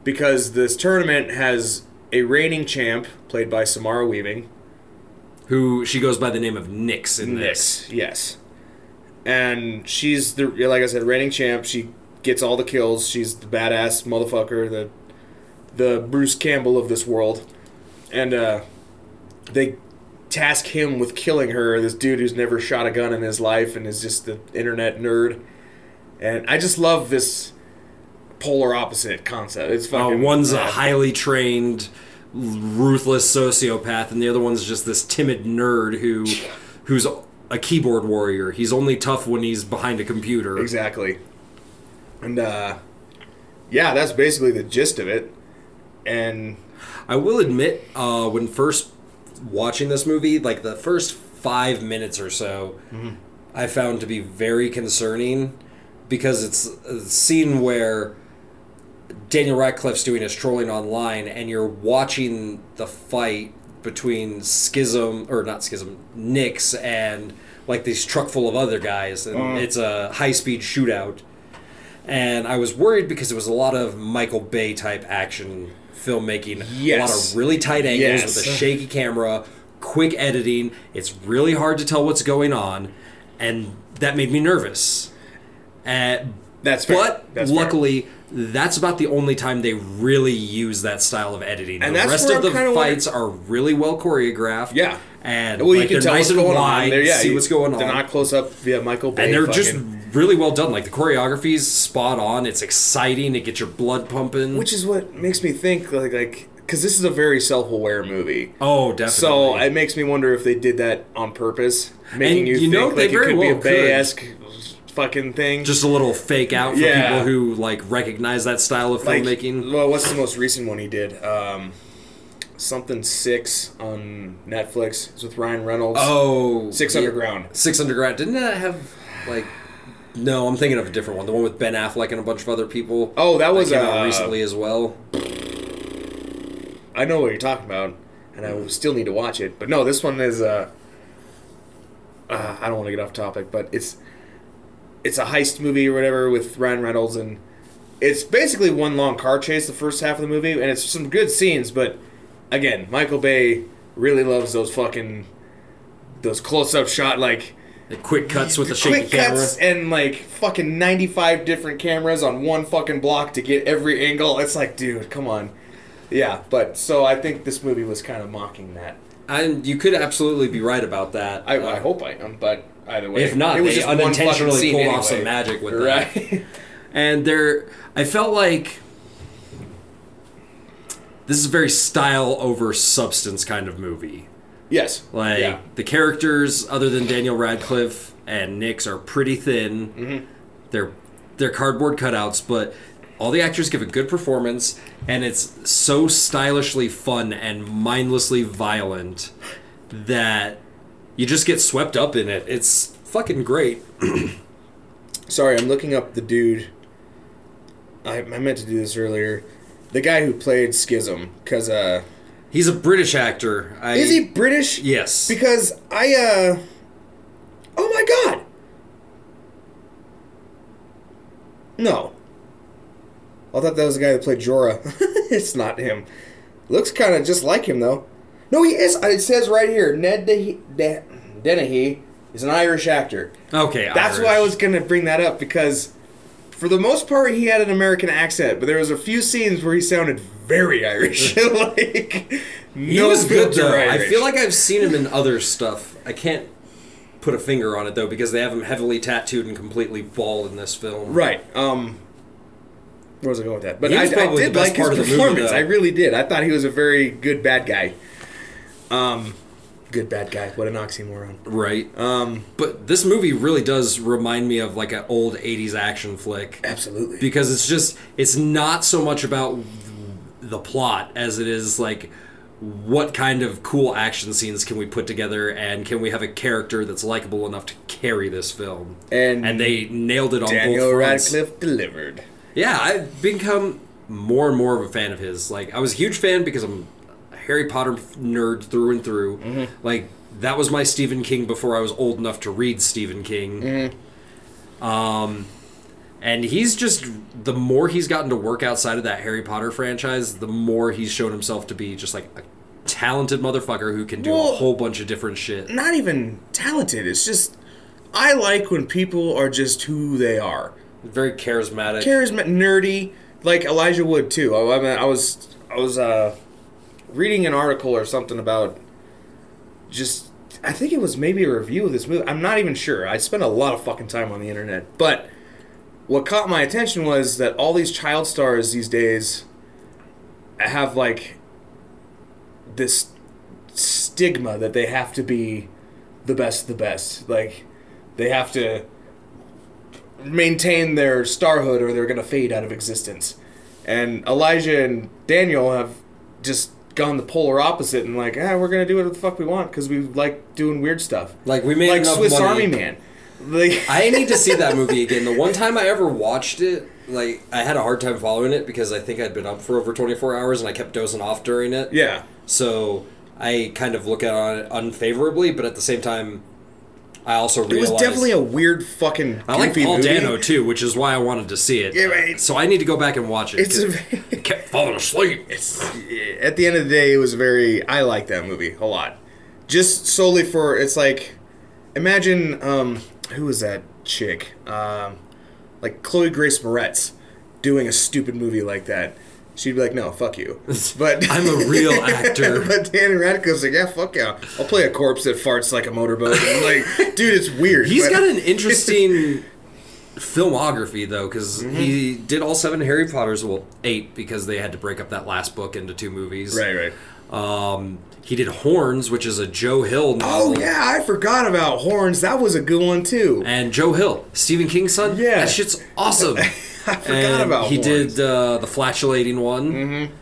because this tournament has a reigning champ played by samara weaving Who she goes by the name of Nix in this. yes and she's the like i said reigning champ she gets all the kills she's the badass motherfucker the the bruce campbell of this world and uh they task him with killing her this dude who's never shot a gun in his life and is just the internet nerd and i just love this polar opposite concept it's Uh, fucking one's a rad. highly trained, ruthless sociopath, and the other one's just this timid nerd who, who's a keyboard warrior. He's only tough when he's behind a computer. Exactly. And uh yeah, that's basically the gist of it. And I will admit, uh, when first watching this movie, like the first five minutes or so, Mm-hmm. I found to be very concerning because it's a scene where Daniel Radcliffe's doing his trolling online, and you're watching the fight between Schism or not Schism, Nix and like these truck full of other guys, and Uh-huh. it's a high speed shootout and I was worried because it was a lot of Michael Bay type action filmmaking. A lot Yes. of really tight angles with a Yes. shaky camera, quick editing. It's really hard to tell what's going on, and that made me nervous. Uh, That's fair. but That's fair. luckily, that's about the only time they really use that style of editing. And the that's rest where of I'm the kinda wondering- fights are really well choreographed. Yeah. and well, like, you can they're tell nice what's and going wide. on. They're, yeah, see you- what's going on They're not close up via Michael Bay. and they're just fucking- really well done. Like the choreography's spot on. It's exciting. It gets your blood pumping. which is what makes me think like like because this is a very self-aware movie. oh, definitely. So it makes me wonder if they did that on purpose, making And you, you think know, like they it very could well be a could. Bay-esque fucking thing. just a little fake out for Yeah. people who like recognize that style of like, filmmaking. Well, what's the most recent one he did? Um, something six on Netflix. It's with Ryan Reynolds. oh, Six yeah. Underground. Six Underground. Didn't that have like? No, I'm thinking of a different one. The one with Ben Affleck and a bunch of other people. Oh, that was, came out uh, recently as well. I know what you're talking about, and I still need to watch it. But no, this one is. Uh, uh, I don't want to get off topic, but it's it's a heist movie or whatever with Ryan Reynolds, and it's basically one long car chase the first half of the movie, and it's some good scenes. But again, Michael Bay really loves those fucking those close up shot like. The quick cuts with the shaky quick camera. cuts and like fucking 95 different cameras on one fucking block to get every angle. It's like, dude, come on. Yeah, but so I think this movie was kind of mocking that. And you could absolutely be right about that. I, Uh, I hope I am, but either way, If not, they one unintentionally fucking scene pulled off some magic with that. right? and there i felt like this is a very style over substance kind of movie yes, like yeah. the characters other than daniel radcliffe and nix are pretty thin Mm-hmm. they're they're cardboard cutouts but all the actors give a good performance and it's so stylishly fun and mindlessly violent that you just get swept up in it it's fucking great Sorry, I'm looking up the dude. I, I meant to do this earlier. The guy who played Schism, because uh, he's a british actor I, is he British? yes Because I, uh. Oh my god! No. I thought that was the guy that played Jorah. it's not him. Looks kind of just like him, though. No, he is. It says right here Ned De- De- Dennehy is an Irish actor. okay That's Irish. why I was going to bring that up because for the most part he had an American accent, but there was a few scenes where he sounded very Irish. like He no was good filter though. I Irish. feel like I've seen him in other stuff. I can't put a finger on it though because they have him heavily tattooed and completely bald in this film. Right. Um, where was I going with that? But He I, I was probably did the best like his part of the movie, performance. though. I really did. I thought he was a very good bad guy. Um, good bad guy. What an oxymoron. Right. Um, but this movie really does remind me of like an old 80s action flick absolutely. because it's just it's not so much about the plot as it is like what kind of cool action scenes can we put together and can we have a character that's likable enough to carry this film? And and they nailed it on Daniel both fronts. Radcliffe delivered. Yeah, I've become more and more of a fan of his. Like I was a huge fan because I'm I Harry Potter nerd through and through. Mm-hmm. Like that was my Stephen King before I was old enough to read Stephen King. Um, Mm-hmm. and he's just the more he's gotten to work outside of that Harry Potter franchise, the more he's shown himself to be just like a talented motherfucker who can do Well- a whole bunch of different shit. not even talented. It's just I like when people are just who they are. Very charismatic. Charismatic, nerdy, like Elijah Wood too. I, I, mean, I was I was uh, reading an article or something about just I think it was maybe a review of this movie. I'm not even sure. I spent a lot of fucking time on the internet, but what caught my attention was that all these child stars these days have like this stigma that they have to be the best of the best. Like they have to maintain their starhood or they're gonna fade out of existence. And Elijah and Daniel have just gone the polar opposite and like, ah, we're gonna do whatever the fuck we want because we like doing weird stuff. Like, we made like enough Swiss money. Army Man. Like, I need to see that movie again. The one time I ever watched it, like I had a hard time following it because I think I'd been up for over 24 hours and I kept dozing off during it. yeah. So I kind of look at it unfavorably, but at the same time, I also It realize was definitely a weird fucking. I like goofy Paul movie. Dano too, which is why I wanted to see it. Yeah, right. So I need to go back and watch it. It's a, 'cause I kept falling asleep. at the end of the day, it was very. I like that movie a lot, just solely for it's like, imagine um, who was that chick, um, like Chloe Grace Moretz, doing a stupid movie like that. She'd be like, "No, fuck you," but I'm a real actor. but Dan Radcliffe's like, "Yeah, fuck yeah, I'll play a corpse that farts like a motorboat." And like, dude, it's weird. He's but- got an interesting filmography though, because Mm-hmm. he did all seven Harry Potter's, well, eight because they had to break up that last book into two movies. right, right. Um, he did Horns, which is a Joe Hill novel. Oh yeah, I forgot about horns. That was a good one too. And Joe Hill, Stephen King's son. Yeah. that shit's awesome. I forgot about He Horns. did uh, the flatulating one. Mm-hmm.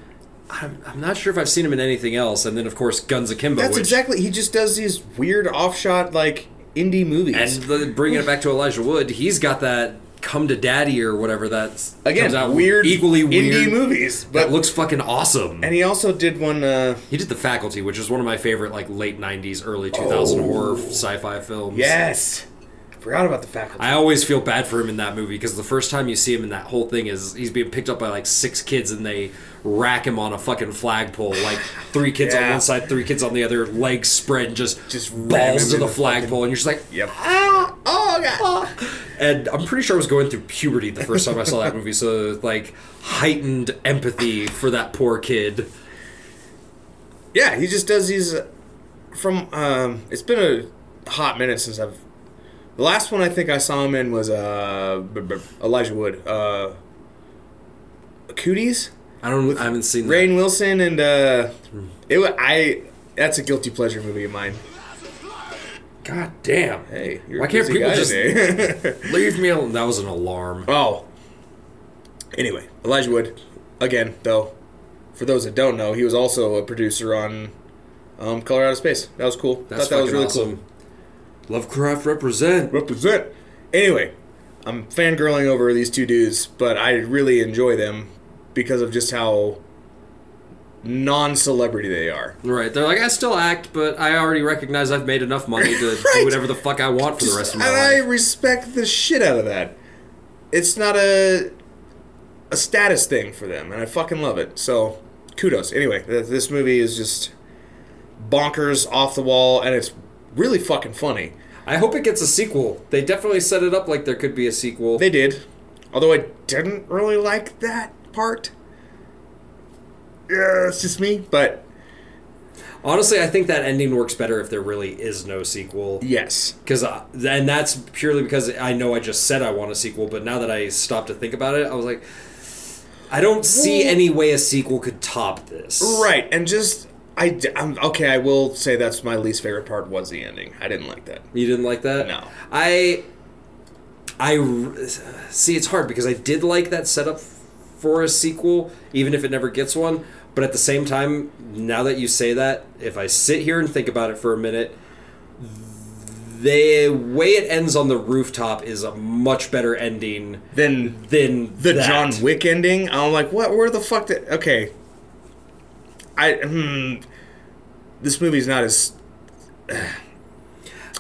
I'm, I'm not sure if I've seen him in anything else. And then of course Guns Akimbo. That's which, exactly. He just does these weird offshot like indie And movies. the, bringing it back to Elijah Wood, he's got that "Come to Daddy" or whatever that's Again, comes out weird equally weird indie movies. But that looks fucking awesome. and he also did one. Uh, he did The Faculty, which is one of my favorite like late '90s, early Oh. 2000 horror sci-fi films. yes, forgot about the faculty. I always feel bad for him in that movie because the first time you see him in that whole thing is he's being picked up by like six kids and they rack him on a fucking flagpole, like three kids on Yeah. one side, three kids on the other, legs spread, and just Just ram him balls to in the the flagpole, and you're just like, yep. Ah, oh god. and I'm pretty sure I was going through puberty the first time I saw that movie, so like heightened empathy for that poor kid. Yeah, he just does these. uh, From um, it's been a hot minute since I've. The last one I think I saw him in was uh, b- b- Elijah Wood. Uh, Cooties. I don't, I haven't seen Rain Wilson and uh, it. wa- I. That's a guilty pleasure movie of mine. that. God damn! Hey, you're Why a can't busy people guy just- today. Leave me alone. That was an alarm. oh. Anyway, Elijah Wood, again though, for those that don't know, he was also a producer on um, Colorado Space. That was cool. That's Thought that was fucking really awesome. cool. Lovecraft represent. Represent. Anyway, I'm fangirling over these two dudes, but I really enjoy them because of just how non-celebrity they are. Right. They're like, I still act, but I already recognize I've made enough money to do Right. whatever the fuck I want for the rest of my and I life. respect the shit out of that. It's not a a status thing for them, and I fucking love it. So, kudos. Anyway, th- this movie is just bonkers, off the wall, and it's really fucking funny. I, hope it gets a sequel. They definitely set it up like there could be a sequel. They did, although I didn't really like that part. Yeah, it's just me, but Honestly, I think that ending works better if there really is no sequel. yes, Because uh, and that's purely because I know I just said I want a sequel, but now that I stopped to think about it, I was like, I don't see Well- any way a sequel could top this. right, and just. I, d- I'm, okay, I will say that's my least favorite part was the ending. I didn't like that. You didn't like that? No. I I r- see it's hard because I did like that setup f- for a sequel even if it never gets one, but at the same time, now that you say that, if I sit here and think about it for a minute, the way it ends on the rooftop is a much better ending Then than the that. John Wick ending. I'm like, what? Where the fuck did? Okay, I hmm, this movie's not as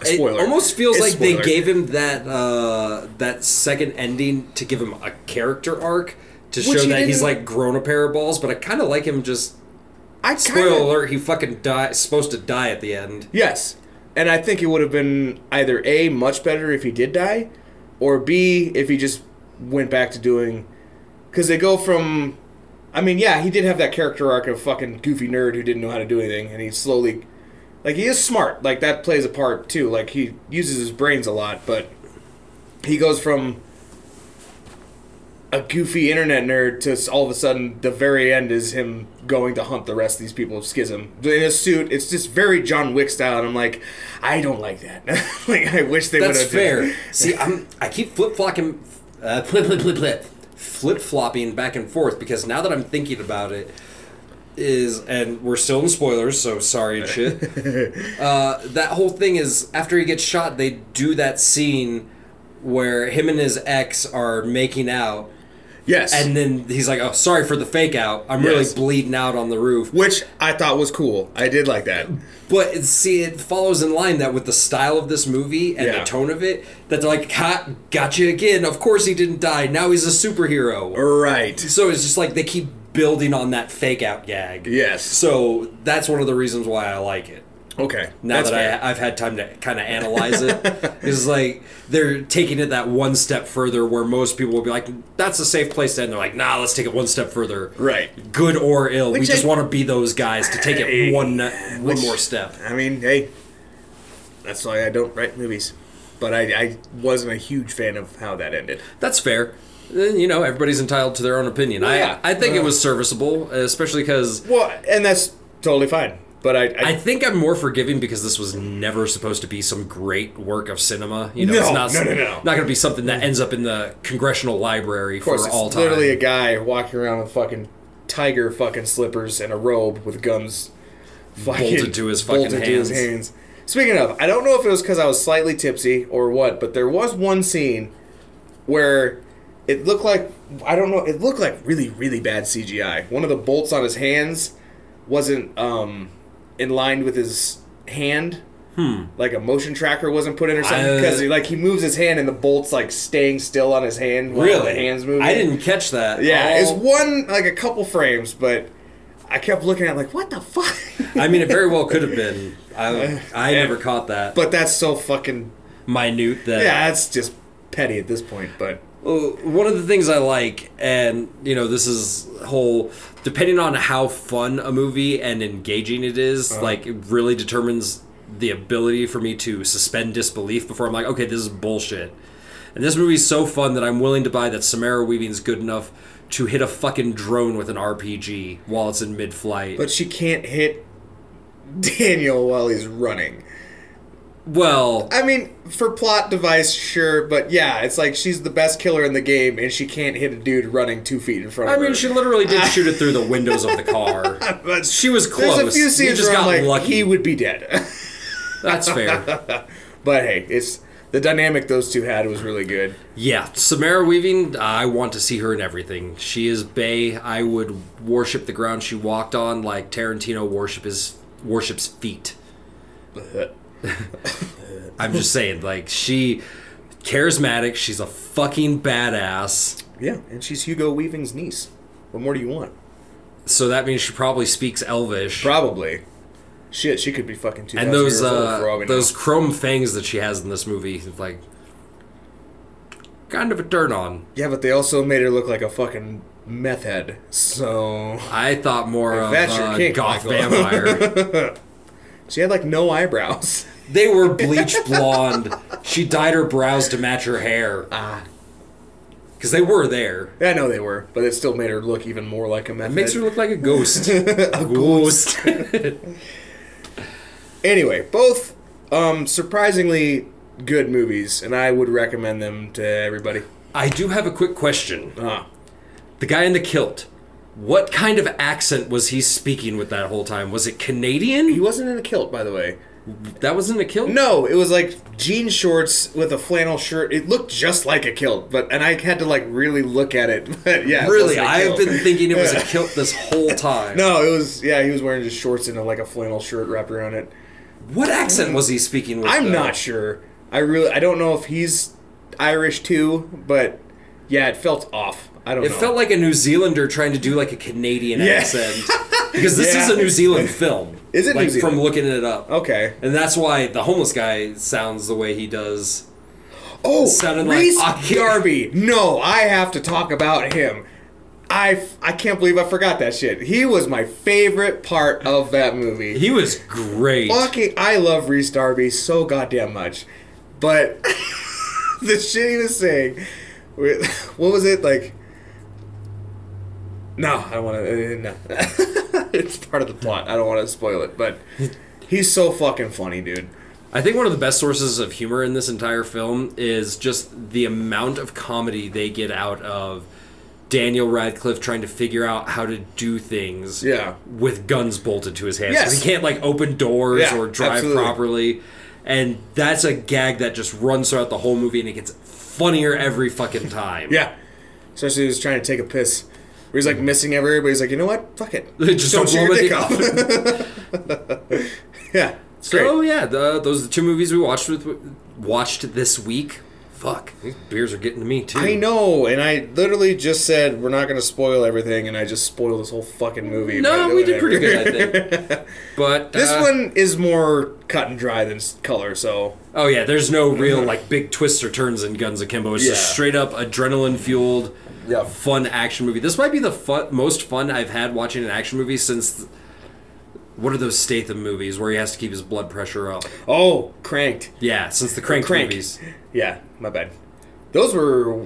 It Spoiler. almost feels It's like they spoiler. gave him that uh, that second ending to give him a character arc to show he that he's didn't- like grown a pair of balls. But I kind of like him just. I Spoiler kinda- alert: He fucking die supposed to die at the end. Yes. And I think it would have been either A, much better if he did die, or B, if he just went back to doing. Because they go from. I mean, yeah, he did have that character arc of fucking goofy nerd who didn't know how to do anything, and he slowly. Like, he is smart. Like, that plays a part, too. Like, he uses his brains a lot, but he goes from a goofy internet nerd to s- all of a sudden the very end is him going to hunt the rest of these people of Schism in a suit. It's just very John Wick style, and I'm like, I don't like that. like, I wish they would have. That's fair. See, I'm I keep flip flopping, uh, flip flip flip flip, flip flopping back and forth because now that I'm thinking about it, is and we're still in spoilers, so sorry and shit. uh, that whole thing is after he gets shot, they do that scene where him and his ex are making out. Yes, And then he's like, "Oh, sorry for the fake out. I'm Yes. really bleeding out on the roof." which I thought was cool. I did like that. But it, see, it follows in line that with the style of this movie and Yeah. the tone of it, that they're like, ha, gotcha again. Of course he didn't die. Now he's a superhero. Right. so it's just like they keep building on that fake out gag. Yes. So that's one of the reasons why I like it. Okay. Now That's that fair. I, I've had time to kind of analyze it, it's like they're taking it that one step further where most people will be like, that's a safe place to end. They're like, nah, let's take it one step further. Right. Good or ill. we Which just I- want to be those guys to take it one, one Which- more step. I mean, hey, that's why I don't write movies. But I, I wasn't a huge fan of how that ended. That's fair. Then you know everybody's entitled to their own opinion. Oh, Yeah. Uh-huh. I I think it was serviceable, especially because Well, and that's totally fine. But I, I, I think I'm more forgiving because this was never supposed to be some great work of cinema. You know, it's No, not no, no, no. not going to be something that ends up in the congressional library Of course, for it's all time. literally a guy walking around with fucking tiger fucking slippers and a robe with guns fucking Bolted to his fucking bolted to his hands. hands. Speaking of, I don't know if it was because I was slightly tipsy or what, but there was one scene where it looked like I don't know, it looked like really really bad CGI. One of the bolts on his hands wasn't um, in line with his hand. Hmm. Like a motion tracker wasn't put in or something I- because he, like he moves his hand and the bolt's like staying still on his hand while really the hands moving. I didn't Oh. catch that. Yeah, All- it's one like a couple frames, but I kept looking at it like what the fuck. I mean, it very well could have been. I I never caught that but that's so fucking minute that yeah, that's just petty at this point. But Well, uh, one of the things I like, and you know, this is whole depending on how fun a movie and engaging it is, like it really determines the ability for me to suspend disbelief before I'm like, okay, this is bullshit. And this movie's so fun that I'm willing to buy that Samara Weaving's good enough to hit a fucking drone with an RPG while it's in mid-flight. but she can't hit Daniel while he's running. well, I mean, for plot device, sure, but yeah, it's like she's the best killer in the game, and she can't hit a dude running two feet in front I of her. mean, she literally did shoot it through the windows of the car. But She was close. There's a few You scenes just where I'm got like, lucky. he would be dead. That's fair. but hey, it's the dynamic those two had was really good. Yeah, Samara Weaving, I want to see her in everything. She is Bay. I would worship the ground she walked on like Tarantino worship his, worships feet. I'm just saying, like, she charismatic, she's a fucking badass. Yeah, and she's Hugo Weaving's niece. What more do you want? So that means she probably speaks Elvish. Probably. Shit, she could be fucking two. and those years old for all uh, we those know. chrome fangs that she has in this movie, it's like kind of a turn on. Yeah, but they also made her look like a fucking meth head. So I thought more of that's your uh, kink, goth Michael. vampire. she had like no eyebrows. They were bleach blonde. she dyed her brows to match her hair. Ah. Because they were there. I know they were, but it still made her look even more like a meth Makes her head. look like a ghost. a ghost. Anyway, both um, surprisingly good movies, and I would recommend them to everybody. I do have a quick question. Uh, The guy in the kilt, what kind of accent was he speaking with that whole time? Was it he Canadian? wasn't in a kilt, by the way. That wasn't a kill. No, it was like jean shorts with a flannel shirt. It looked just like a kilt, but and I had to like really look at it. But yeah, it really, wasn't a I have kilt. been thinking it was a kilt this whole time. No, it was yeah. He was wearing just shorts and like a flannel shirt wrapped around it. What accent was he speaking with? I'm though? not sure. I really I don't know if he's Irish too, but yeah, it felt off. I don't It know. felt like a New Zealander trying to do like a Canadian Yeah. accent because this is Yeah. a New Zealand film. Is it New like, Zealand? From looking it Oh, up, okay. and that's why the homeless guy sounds the way he does. Oh, sounded like Reese Aki- Darby. No, I have to talk about him. I, f- I can't believe I forgot that shit. He was my favorite part of that movie. He was great. Fucking, I love Reese Darby so goddamn much, but the shit he was saying, with- what was it like? No, I don't want to. no, it's part of the plot. I don't want to spoil it, but he's so fucking funny, dude. I think one of the best sources of humor in this entire film is just the amount of comedy they get out of Daniel Radcliffe trying to figure out how to do things Yeah. with guns bolted to his hands. Yes. 'Cause He can't like open doors Yeah, or drive absolutely. properly. And that's a gag that just runs throughout the whole movie and it gets funnier every fucking time. Yeah. Especially he was trying to take a piss. Where he's like missing everywhere, but he's like, you know what? Fuck it. Just don't shoot blow your my dick off. yeah. It's great. So Oh, yeah, the, those are the two movies we watched with watched this week. Fuck, these beers are getting to me too. I know, and I literally just said we're not gonna spoil everything, and I just spoiled this whole fucking movie. No, but we did pretty whatever. good, I think. But this uh, one is more cut and dry than s- color, so Oh yeah, there's no real like big twists or turns in Guns Akimbo. It's Yeah. just straight up adrenaline fueled, Yeah. fun action movie. This might be the fun, most fun I've had watching an action movie since. What are those Statham movies where he has to keep his blood pressure up? oh, cranked. Yeah, since the Crank, Crank. movies. Yeah, my bad. Those were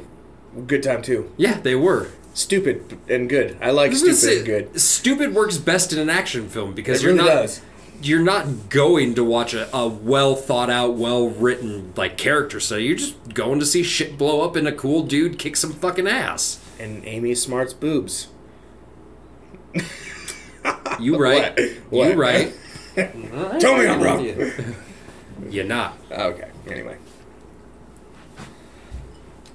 a good time too. Yeah, they were. Stupid and good. I like This stupid is- and good. Stupid works best in an action film because It you're really not does. you're not going to watch a, a well thought out, well written like character study. You're just going to see shit blow up and a cool dude kick some fucking ass. And Amy Smart's boobs. You right? What? You right? Tell me I'm wrong. You're not. Okay. Anyway.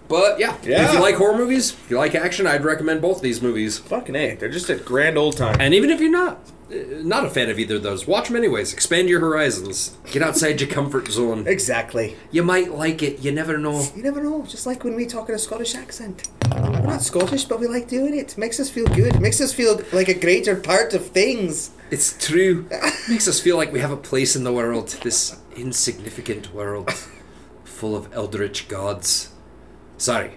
But yeah, if Yeah. you like horror movies, if you like action, I'd recommend both these movies. Fucking A. They're just a grand old time. And even if you're not uh, not a fan of either of those, watch them anyways. Expand your horizons. Get outside your comfort zone. Exactly. You might like it. You never know. You never know. Just like when we talk in a Scottish accent. We're not Scottish, but we like doing it. Makes us feel good. Makes us feel like a greater part of things. It's true. makes us feel like we have a place in the world, this insignificant world full of eldritch gods. Sorry.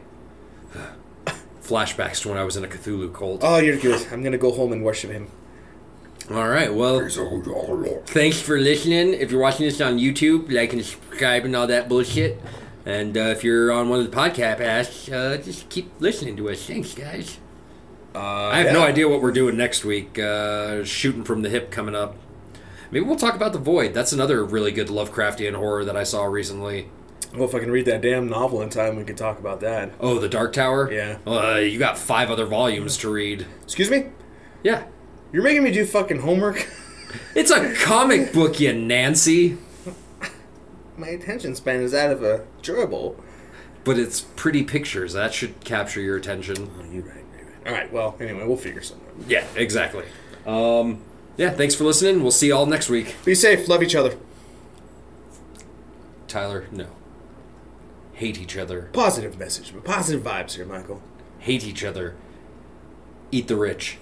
Flashbacks to when I was in a Cthulhu cult. Oh, you're good. I'm gonna go home and worship him. All right, well, thanks for listening. If you're watching this on YouTube, like and subscribe and all that bullshit. And uh, if you're on one of the podcast apps, uh, just keep listening to us. Thanks, guys. I have no Uh, yeah. idea what we're doing next week. Uh, shooting from the hip coming up. Maybe we'll talk about the void. That's another really good Lovecraftian horror that I saw recently. Well, if I can read that damn novel in time, we can talk about that. Oh, the Dark Tower. Yeah. Uh, you got five other volumes to read. Excuse me? Yeah. You're making me do fucking homework? It's a comic book, you Nancy. My attention span is out of a gerbil. But it's pretty pictures. That should capture your attention. You're right, you're right. Alright, well, anyway, we'll figure something out. Yeah, exactly. Um, yeah, thanks for listening. We'll see y'all next week. Be safe, love each other. Tyler, no. Hate each other. Positive message, but positive vibes here, Michael. Hate each other. Eat the rich.